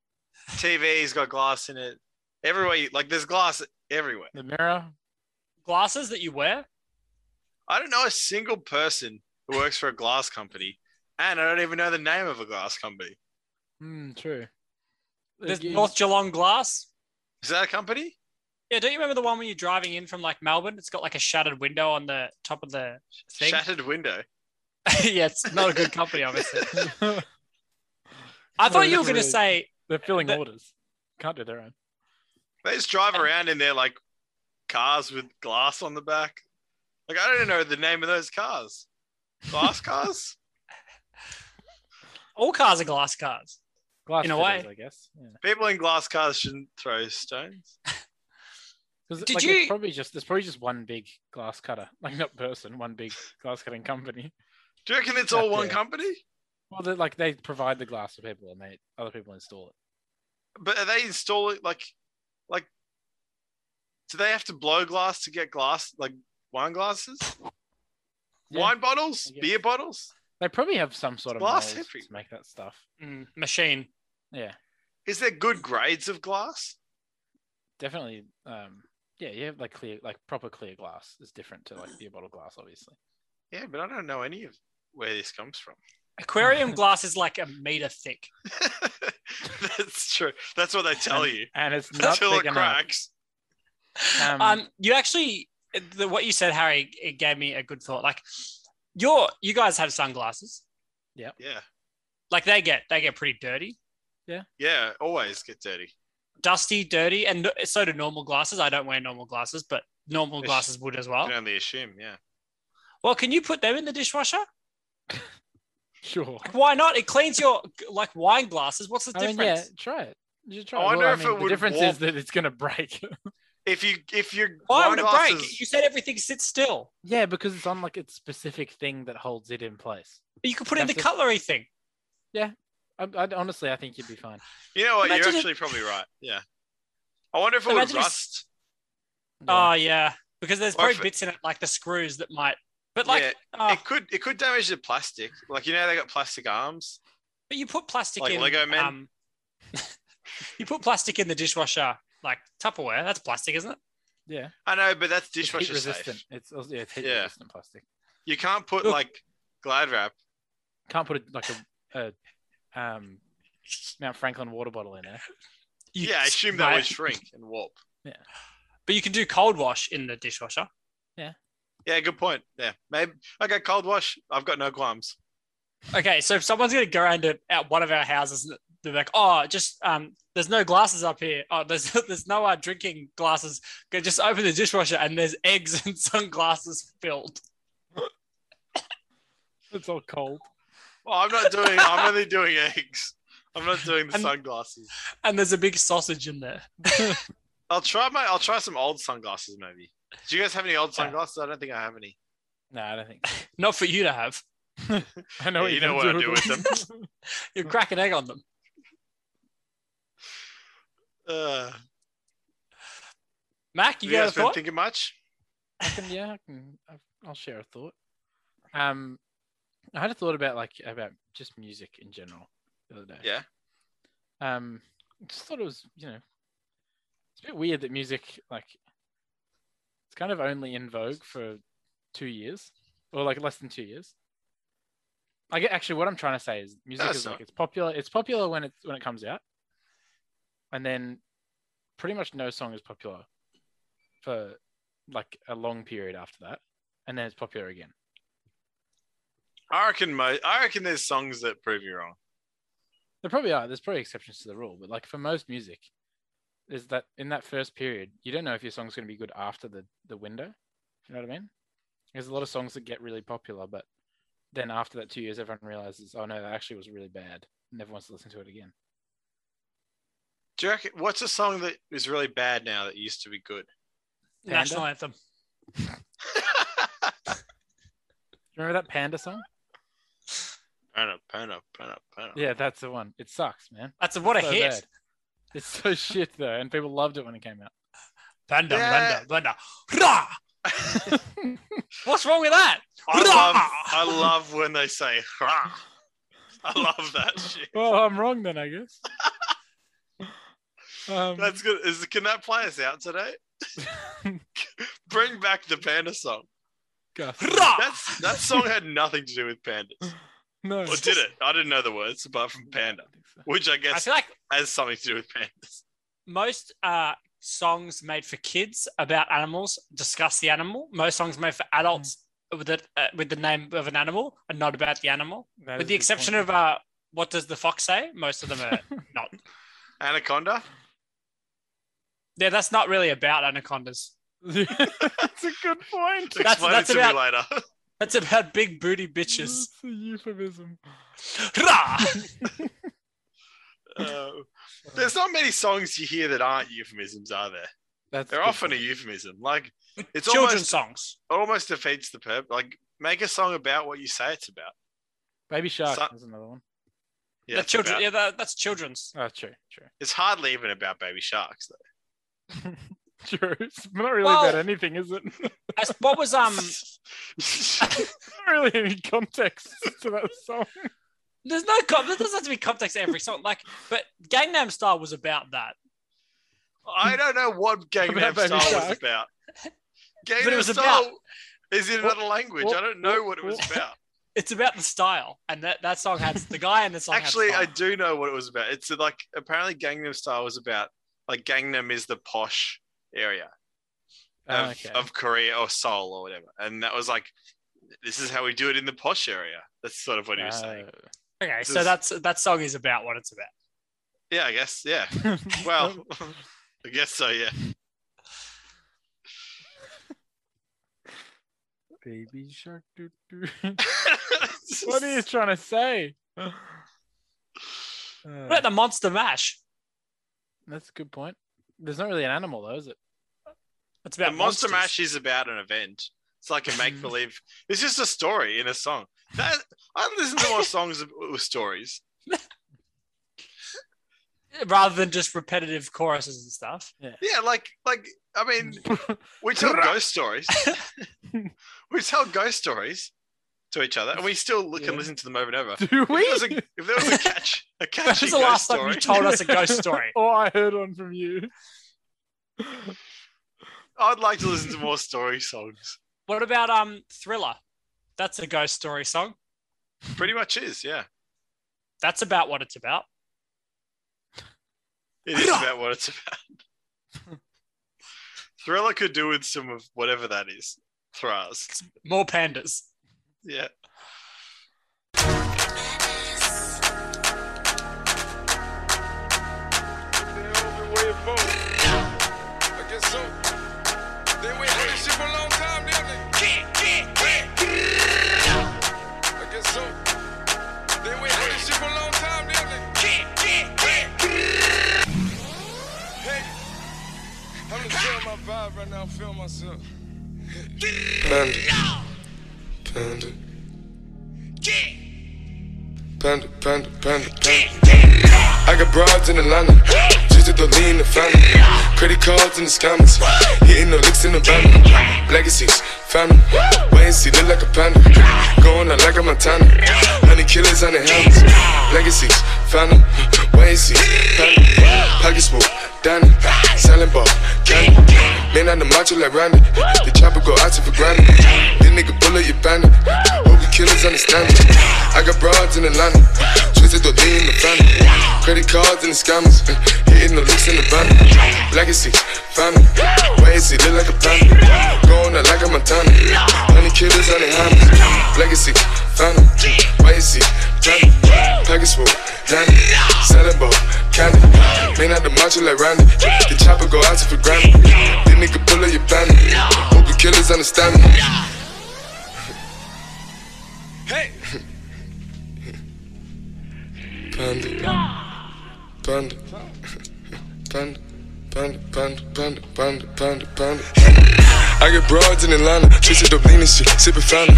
[SPEAKER 1] TV's got glass in it. Everywhere, you, like there's glass everywhere.
[SPEAKER 3] The mirror.
[SPEAKER 2] Glasses that you wear.
[SPEAKER 1] I don't know a single person who works for a glass company, and I don't even know the name of a glass company.
[SPEAKER 3] Hmm, true.
[SPEAKER 2] There's
[SPEAKER 3] You-
[SPEAKER 2] North Geelong glass.
[SPEAKER 1] Is that a company?
[SPEAKER 2] Yeah, don't you remember the one when you're driving in from like Melbourne? It's got like a shattered window on the top of the thing.
[SPEAKER 1] Shattered window.
[SPEAKER 2] yeah, it's not a good company, obviously. I thought you were going to
[SPEAKER 3] Literally.
[SPEAKER 2] say
[SPEAKER 3] They're filling
[SPEAKER 2] That-
[SPEAKER 3] orders. Can't do their own.
[SPEAKER 1] They just drive around in their like cars with glass on the back. Like I don't know the name of those cars. Glass cars?
[SPEAKER 2] all cars are glass cars.
[SPEAKER 3] Glass
[SPEAKER 2] In a
[SPEAKER 3] fitters,
[SPEAKER 2] way.
[SPEAKER 3] I guess. Yeah.
[SPEAKER 1] People in glass cars shouldn't throw stones.
[SPEAKER 3] 'Cause,
[SPEAKER 2] Did
[SPEAKER 3] like,
[SPEAKER 2] you-
[SPEAKER 3] It's probably just there's probably just one big glass cutter, like not person, one big glass cutting company.
[SPEAKER 1] Do you reckon it's all
[SPEAKER 3] Up
[SPEAKER 1] one
[SPEAKER 3] there.
[SPEAKER 1] company?
[SPEAKER 3] Well, they like they provide the glass to people, and they other people install it.
[SPEAKER 1] But are they installing like, like, do they have to blow glass to get glass like wine glasses,
[SPEAKER 3] Yeah,
[SPEAKER 1] wine bottles,
[SPEAKER 3] I guess.
[SPEAKER 1] beer bottles?
[SPEAKER 3] They probably have some sort of
[SPEAKER 1] Glass
[SPEAKER 3] glass
[SPEAKER 1] everywhere.
[SPEAKER 3] to make that stuff.
[SPEAKER 2] Mm, machine.
[SPEAKER 3] Yeah,
[SPEAKER 1] Is there good grades of glass?
[SPEAKER 3] definitely. Um, yeah, you have like clear, like proper clear glass is different to like beer bottle glass, obviously.
[SPEAKER 1] Yeah, but I don't know any of where this comes from.
[SPEAKER 2] Aquarium glass is like a meter thick.
[SPEAKER 1] That's true. That's what they tell you
[SPEAKER 3] And it's not
[SPEAKER 1] until
[SPEAKER 3] big
[SPEAKER 1] it
[SPEAKER 3] enough.
[SPEAKER 1] cracks.
[SPEAKER 3] Um,
[SPEAKER 2] Um, you actually, the, what you said, Harry, it gave me a good thought. Like, you're, you guys have sunglasses.
[SPEAKER 1] Yeah,
[SPEAKER 2] Like they get, they get pretty dirty,
[SPEAKER 1] yeah. Always get dirty.
[SPEAKER 2] dusty, dirty, and no- so do normal glasses. I don't wear normal glasses, but normal
[SPEAKER 1] Yes.
[SPEAKER 2] glasses would as well.
[SPEAKER 1] You can only assume. Yeah.
[SPEAKER 2] Well, can you put them in the dishwasher?
[SPEAKER 3] Sure.
[SPEAKER 2] Like, why not? It cleans your like wine glasses. What's the
[SPEAKER 3] I
[SPEAKER 2] difference?
[SPEAKER 3] mean, yeah, try it. You should try.
[SPEAKER 1] I
[SPEAKER 3] it. Well,
[SPEAKER 1] wonder if it
[SPEAKER 3] mean,
[SPEAKER 1] would
[SPEAKER 3] the difference
[SPEAKER 1] warp-
[SPEAKER 3] is that it's gonna break.
[SPEAKER 1] If you if your
[SPEAKER 2] Why
[SPEAKER 1] wine
[SPEAKER 2] would it
[SPEAKER 1] glasses,
[SPEAKER 2] break? You said everything sits still.
[SPEAKER 3] yeah, because it's on like its specific thing that holds it in place.
[SPEAKER 2] But you could put it in the
[SPEAKER 3] That's it.
[SPEAKER 2] cutlery thing.
[SPEAKER 3] I, I honestly, I think you'd be fine.
[SPEAKER 1] you know what? You're
[SPEAKER 2] Imagine if-
[SPEAKER 1] actually probably right. Yeah. I wonder if it would
[SPEAKER 2] Imagine if-
[SPEAKER 1] rust. Uh,
[SPEAKER 2] Oh yeah, because there's
[SPEAKER 1] Or
[SPEAKER 2] probably
[SPEAKER 1] if it-
[SPEAKER 2] bits in it like the screws that might. But like,
[SPEAKER 1] Yeah,
[SPEAKER 2] oh,
[SPEAKER 1] It could it could damage the plastic. Like you know they got plastic arms.
[SPEAKER 2] but you put plastic
[SPEAKER 1] like
[SPEAKER 2] in.
[SPEAKER 1] Lego men?
[SPEAKER 2] Um, you put plastic in the dishwasher, like Tupperware. That's plastic, isn't it?
[SPEAKER 3] Yeah,
[SPEAKER 1] I know, but that's
[SPEAKER 3] it's heat
[SPEAKER 1] dishwasher
[SPEAKER 3] resistant.
[SPEAKER 1] safe.
[SPEAKER 3] It's also- yeah, it's heat
[SPEAKER 1] Yeah.
[SPEAKER 3] resistant plastic.
[SPEAKER 1] You can't put
[SPEAKER 2] Look.
[SPEAKER 1] like Glad wrap.
[SPEAKER 3] Can't put a, like a, a um, Mount Franklin water bottle in there.
[SPEAKER 2] You
[SPEAKER 1] yeah, I assume
[SPEAKER 2] spray
[SPEAKER 1] that
[SPEAKER 2] it.
[SPEAKER 1] would shrink and warp.
[SPEAKER 2] But you can do cold wash in the dishwasher.
[SPEAKER 1] Yeah, good point. Yeah, maybe. Okay, cold wash. I've got no qualms.
[SPEAKER 2] Okay, so if someone's gonna go around to at one of our houses, and they're like, "Oh, just um, there's no glasses up here. Oh, there's there's no uh, drinking glasses. Go just open the dishwasher, and there's eggs and sunglasses filled."
[SPEAKER 3] It's all cold.
[SPEAKER 1] Well, I'm not doing. I'm only doing eggs. I'm not doing the
[SPEAKER 2] And-
[SPEAKER 1] sunglasses.
[SPEAKER 2] And there's a big sausage in there.
[SPEAKER 1] I'll try my. I'll try some old sunglasses maybe. Do you guys have any old
[SPEAKER 3] Yeah.
[SPEAKER 1] sunglasses? I don't think I have any.
[SPEAKER 3] No, I don't think. so.
[SPEAKER 2] Not for you to have.
[SPEAKER 3] I know
[SPEAKER 1] Yeah,
[SPEAKER 3] what
[SPEAKER 1] you
[SPEAKER 3] you're
[SPEAKER 1] know what I
[SPEAKER 3] gonna
[SPEAKER 1] do with them.
[SPEAKER 2] You crack an egg on them.
[SPEAKER 1] Uh, have
[SPEAKER 2] Mac, you,
[SPEAKER 1] you
[SPEAKER 2] got a
[SPEAKER 1] guys been
[SPEAKER 2] thought?
[SPEAKER 1] thinking much?
[SPEAKER 3] I can, yeah, I can, I've- I'll share a thought. Um, I had a thought about like about just music in general the other day.
[SPEAKER 1] Yeah.
[SPEAKER 3] Um, just thought it was you know, it's a bit weird that music like it's kind of only in vogue for two years or like less than two years. I get actually what I'm trying to say is music
[SPEAKER 1] No, it's
[SPEAKER 3] is like
[SPEAKER 1] not.
[SPEAKER 3] it's popular. It's popular when it's when it comes out, and then pretty much no song is popular for like a long period after that, and then it's popular again.
[SPEAKER 1] I reckon mo- I reckon there's songs that prove you wrong.
[SPEAKER 3] There probably are. There's probably exceptions to the rule, but like for most music, there's that in that first period, you don't know if your song's going to be good after the the window. You know what I mean? There's a lot of songs that get really popular, but then after that two years, everyone realizes, oh no, that actually was really bad. Never wants to listen to it again.
[SPEAKER 1] Do you reckon what's a song that is really bad now that used to be good?
[SPEAKER 3] Panda?
[SPEAKER 2] National anthem.
[SPEAKER 3] Remember that panda song?
[SPEAKER 1] Pan up, pan up, pan up, pan up.
[SPEAKER 3] Yeah, that's the one. It sucks, man.
[SPEAKER 2] That's a, what a
[SPEAKER 3] So
[SPEAKER 2] hit.
[SPEAKER 3] bad. It's so shit though, and people loved it when it came out.
[SPEAKER 2] Panda,
[SPEAKER 1] Yeah.
[SPEAKER 2] panda, panda. Rah! What's wrong with that?
[SPEAKER 1] I love I love when they say "Hurrah." I love that shit.
[SPEAKER 3] Well, I'm wrong then, I guess. Um,
[SPEAKER 1] That's good. Is can that play us out today? Bring back the panda song.
[SPEAKER 3] Gus.
[SPEAKER 2] Rah!
[SPEAKER 1] That's that song had nothing to do with pandas.
[SPEAKER 3] No,
[SPEAKER 1] Or did it? I didn't know the words apart from panda,
[SPEAKER 3] I think so.
[SPEAKER 1] which I
[SPEAKER 2] I
[SPEAKER 1] guess
[SPEAKER 2] feel like
[SPEAKER 1] has something to do with pandas.
[SPEAKER 2] most uh, songs made for kids about animals discuss the animal. Most songs made for adults
[SPEAKER 3] Mm.
[SPEAKER 2] with the uh, with the name of an animal and not about the animal.
[SPEAKER 3] That
[SPEAKER 2] with
[SPEAKER 3] is
[SPEAKER 2] the
[SPEAKER 3] a good
[SPEAKER 2] exception
[SPEAKER 3] point.
[SPEAKER 2] of uh, what does the fox say? Most of them are not.
[SPEAKER 1] Anaconda.
[SPEAKER 2] Yeah, that's not really about anacondas.
[SPEAKER 3] that's a good point.
[SPEAKER 2] That's-
[SPEAKER 1] Explain
[SPEAKER 2] that's
[SPEAKER 1] it to
[SPEAKER 2] about-
[SPEAKER 1] me later.
[SPEAKER 2] That's about big booty bitches.
[SPEAKER 3] That's a euphemism. Mm.
[SPEAKER 2] Rah!
[SPEAKER 1] Uh, there's not many songs you hear that aren't euphemisms, are there?
[SPEAKER 3] That's
[SPEAKER 1] They're
[SPEAKER 3] good
[SPEAKER 1] often a
[SPEAKER 3] point.
[SPEAKER 1] euphemism. Like it's
[SPEAKER 2] Children's
[SPEAKER 1] almost
[SPEAKER 2] songs.
[SPEAKER 1] almost defeats the purpose. Like make a song about what you say it's about.
[SPEAKER 3] Baby Shark
[SPEAKER 1] Son-
[SPEAKER 3] is another one.
[SPEAKER 1] Yeah,
[SPEAKER 2] The
[SPEAKER 1] it's
[SPEAKER 2] children.
[SPEAKER 1] about-
[SPEAKER 2] Yeah, that, that's children's.
[SPEAKER 3] Oh, true, true,
[SPEAKER 1] It's hardly even about baby sharks. Though.
[SPEAKER 3] true. It's not really
[SPEAKER 2] Well-
[SPEAKER 3] about anything, is it?
[SPEAKER 2] As- What was um?
[SPEAKER 3] not really any context to that song.
[SPEAKER 2] There's no con- there doesn't have to be context to every song. Like, but Gangnam Style was about that.
[SPEAKER 1] I don't know what Gangnam
[SPEAKER 3] About Baby
[SPEAKER 1] Style was
[SPEAKER 3] Shark.
[SPEAKER 1] about.
[SPEAKER 2] it
[SPEAKER 1] Gangnam
[SPEAKER 2] was
[SPEAKER 1] Style is in
[SPEAKER 3] What-
[SPEAKER 1] another language.
[SPEAKER 3] what-
[SPEAKER 1] I don't know what it was
[SPEAKER 3] what-
[SPEAKER 1] about.
[SPEAKER 2] It's about the style, and that, that song had the guy in the song. had
[SPEAKER 1] Actually, I
[SPEAKER 2] style.
[SPEAKER 1] do know what it was about. It's like apparently Gangnam Style was about like Gangnam is the posh area of,
[SPEAKER 3] Oh, okay.
[SPEAKER 1] of Korea or Seoul or whatever, and that was like this is how we do it in the posh area. That's sort of what he was
[SPEAKER 3] Uh,
[SPEAKER 1] saying.
[SPEAKER 2] okay. So
[SPEAKER 1] this-
[SPEAKER 2] that's that song is about what it's about.
[SPEAKER 1] Yeah, I guess. Yeah.
[SPEAKER 3] Uh,
[SPEAKER 1] Well, I guess so. Yeah.
[SPEAKER 3] Baby Shark. doo doo. what are you trying to say? Uh,
[SPEAKER 2] What about the Monster Mash?
[SPEAKER 3] that's a good point. There's not really an animal though, is it?
[SPEAKER 2] It's
[SPEAKER 1] The
[SPEAKER 2] about
[SPEAKER 1] Monster
[SPEAKER 2] monsters.
[SPEAKER 1] Mash is about an event. It's like a make believe. It's just a story in a song. That I listen to more songs of- with stories.
[SPEAKER 2] rather than just repetitive choruses and stuff.
[SPEAKER 1] Yeah, like like I mean, we tell ghost stories. we tell ghost stories to each other, and we still look
[SPEAKER 3] Yeah.
[SPEAKER 1] and listen to them over and over.
[SPEAKER 3] Do
[SPEAKER 1] If
[SPEAKER 3] we?
[SPEAKER 1] there was a, if there was a catch, a
[SPEAKER 2] When
[SPEAKER 1] catchy
[SPEAKER 2] was the
[SPEAKER 1] ghost
[SPEAKER 2] last time
[SPEAKER 1] story,
[SPEAKER 2] you told us a ghost story?
[SPEAKER 3] oh, I heard one from you.
[SPEAKER 1] I'd like to listen to more story songs.
[SPEAKER 2] What about um Thriller? That's a ghost story song.
[SPEAKER 1] Pretty much is, yeah.
[SPEAKER 2] That's about what it's about.
[SPEAKER 1] It is about what it's about. Thriller could do with some of whatever that is. Thras.
[SPEAKER 2] More pandas.
[SPEAKER 1] Yeah.
[SPEAKER 5] They only way it goes. I guess so. They wait for this shit for a long time, didn't they? I guess so. They wait for this shit for a long time, didn't they? Hey, I'm just feeling my vibe right now, I'm feeling myself. Panda. Panda. Panda, panda, panda, panda. I got broads in Atlanta. Just to lean the family. Credit cards in the scammers. Hitting the licks in the banner. Legacies, family. Wait and see, look like a panda. Going out like a Montana. Honey killers on the helmets. Legacies, family. Wait and see, panda. Pocket smoke, Danny. Silent ball, candy. Man on the macho like Randy. The chopper go out to for granted. This nigga bullet, you bandit. Hope you killers understand me. I got broads in Atlanta, twisted the lean in the family. Credit cards and the scammers, uh, hitting the looks in the van. Legacy, family, ways he look like a family. Going out like a Montana, honey killers on the hammers. Legacy, family, ways he family. Package full, Danny, selling ball, candy. Man out the macho like Randy, the chopper go out to for granted. Then nigga pull up your bandit, hope the killers understand me.
[SPEAKER 1] Hey,
[SPEAKER 5] Panda. Panda. Panda. Panda. Panda. Panda. Panda. Panda. Panda. I get broads in Atlanta, twisted up lean and shit, sippin' fountain.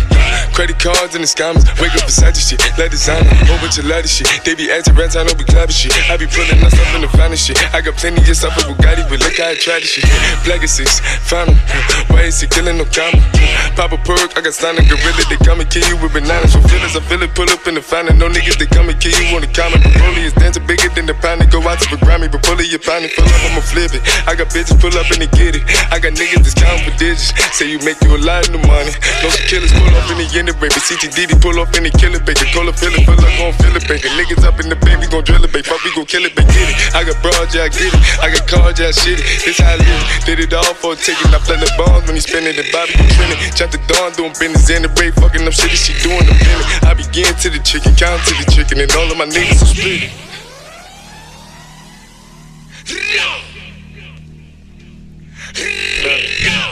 [SPEAKER 5] Credit cards and the scammers, wake up beside this shit, let designer, whole bunch of lattice shit. They be acting rats, I know be clapping shit. I be pulling up stuff in the finest shit. I got plenty of stuff with Bugatti, but look how I try this shit. Black and six, fountain. Why is he killing no comma? Pop a perk, I got signed a gorilla, they come and kill you with bananas. For feelings, I feel it, pull up in the fountain. No niggas, they come and kill you on the counter. But Broly is dancing bigger than the pound, go out to the Grammy, but pull it, your pound, and pull up, I'ma flip it. I got bitches, pull up and they get it. I got niggas that's counting for digits, say you make you a lot of the money. No killers, pull up in the end of baby. CTDD, pull up in the killer, baby. Call a filler, pull up, gon' fill it, baby. Niggas up in the baby, gon' drill it, baby. Fuck, we gon' kill it, baby. Get it. I got broad, yeah, I get it. I got cards, yeah, I shit it. This how I live. Did it all for a ticket. I play the bonds when he spinning the Bobby, gon' trend it. Jump the dawn, doing business in the break, fucking up shit, that she doing the minute. I begin to the chicken, count to the chicken, and all of my niggas are split. it.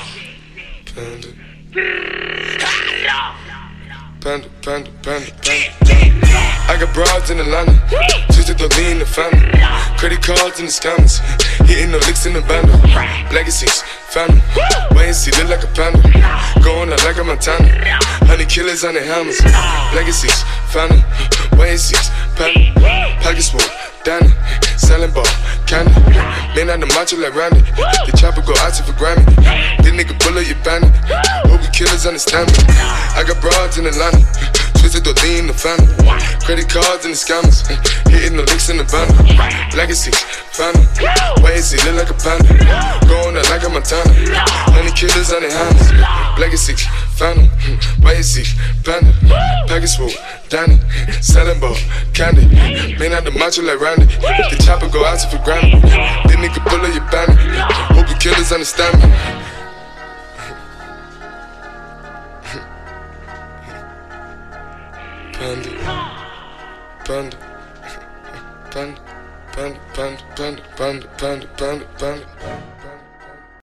[SPEAKER 5] Panda. Panda, panda, panda, panda. I got broads in Atlanta, twisted the lean in the family. Credit cards in the scammers, hitting the licks in the bundle. Legacies, family, way and see, look like a panda. Going out like a Montana, honey killers on the hammers. Legacies, family, way and see, panda. Package full, Danny, selling ball, candy. Man out the macho like Randy, the chopper go out to for Grammy. This nigga pull up your bandit, hope you killers understand me. I got broads in Atlanta, twisted the lean in the family. Credit cards and the scammers, eh, hitting the licks in the van. Legacy, family, way he look like a panda. Going out like a Montana, honey killers on the hands. Legacy, family, way he panda. Package full, Danny, selling ball, candy. Man out the macho like Randy, the chopper go out to for Grammy. This nigga pull up your bandit, hope you killers understand me. Panda. Panda. Panda. Panda. Panda. Panda. Panda. Panda. Panda. Panda.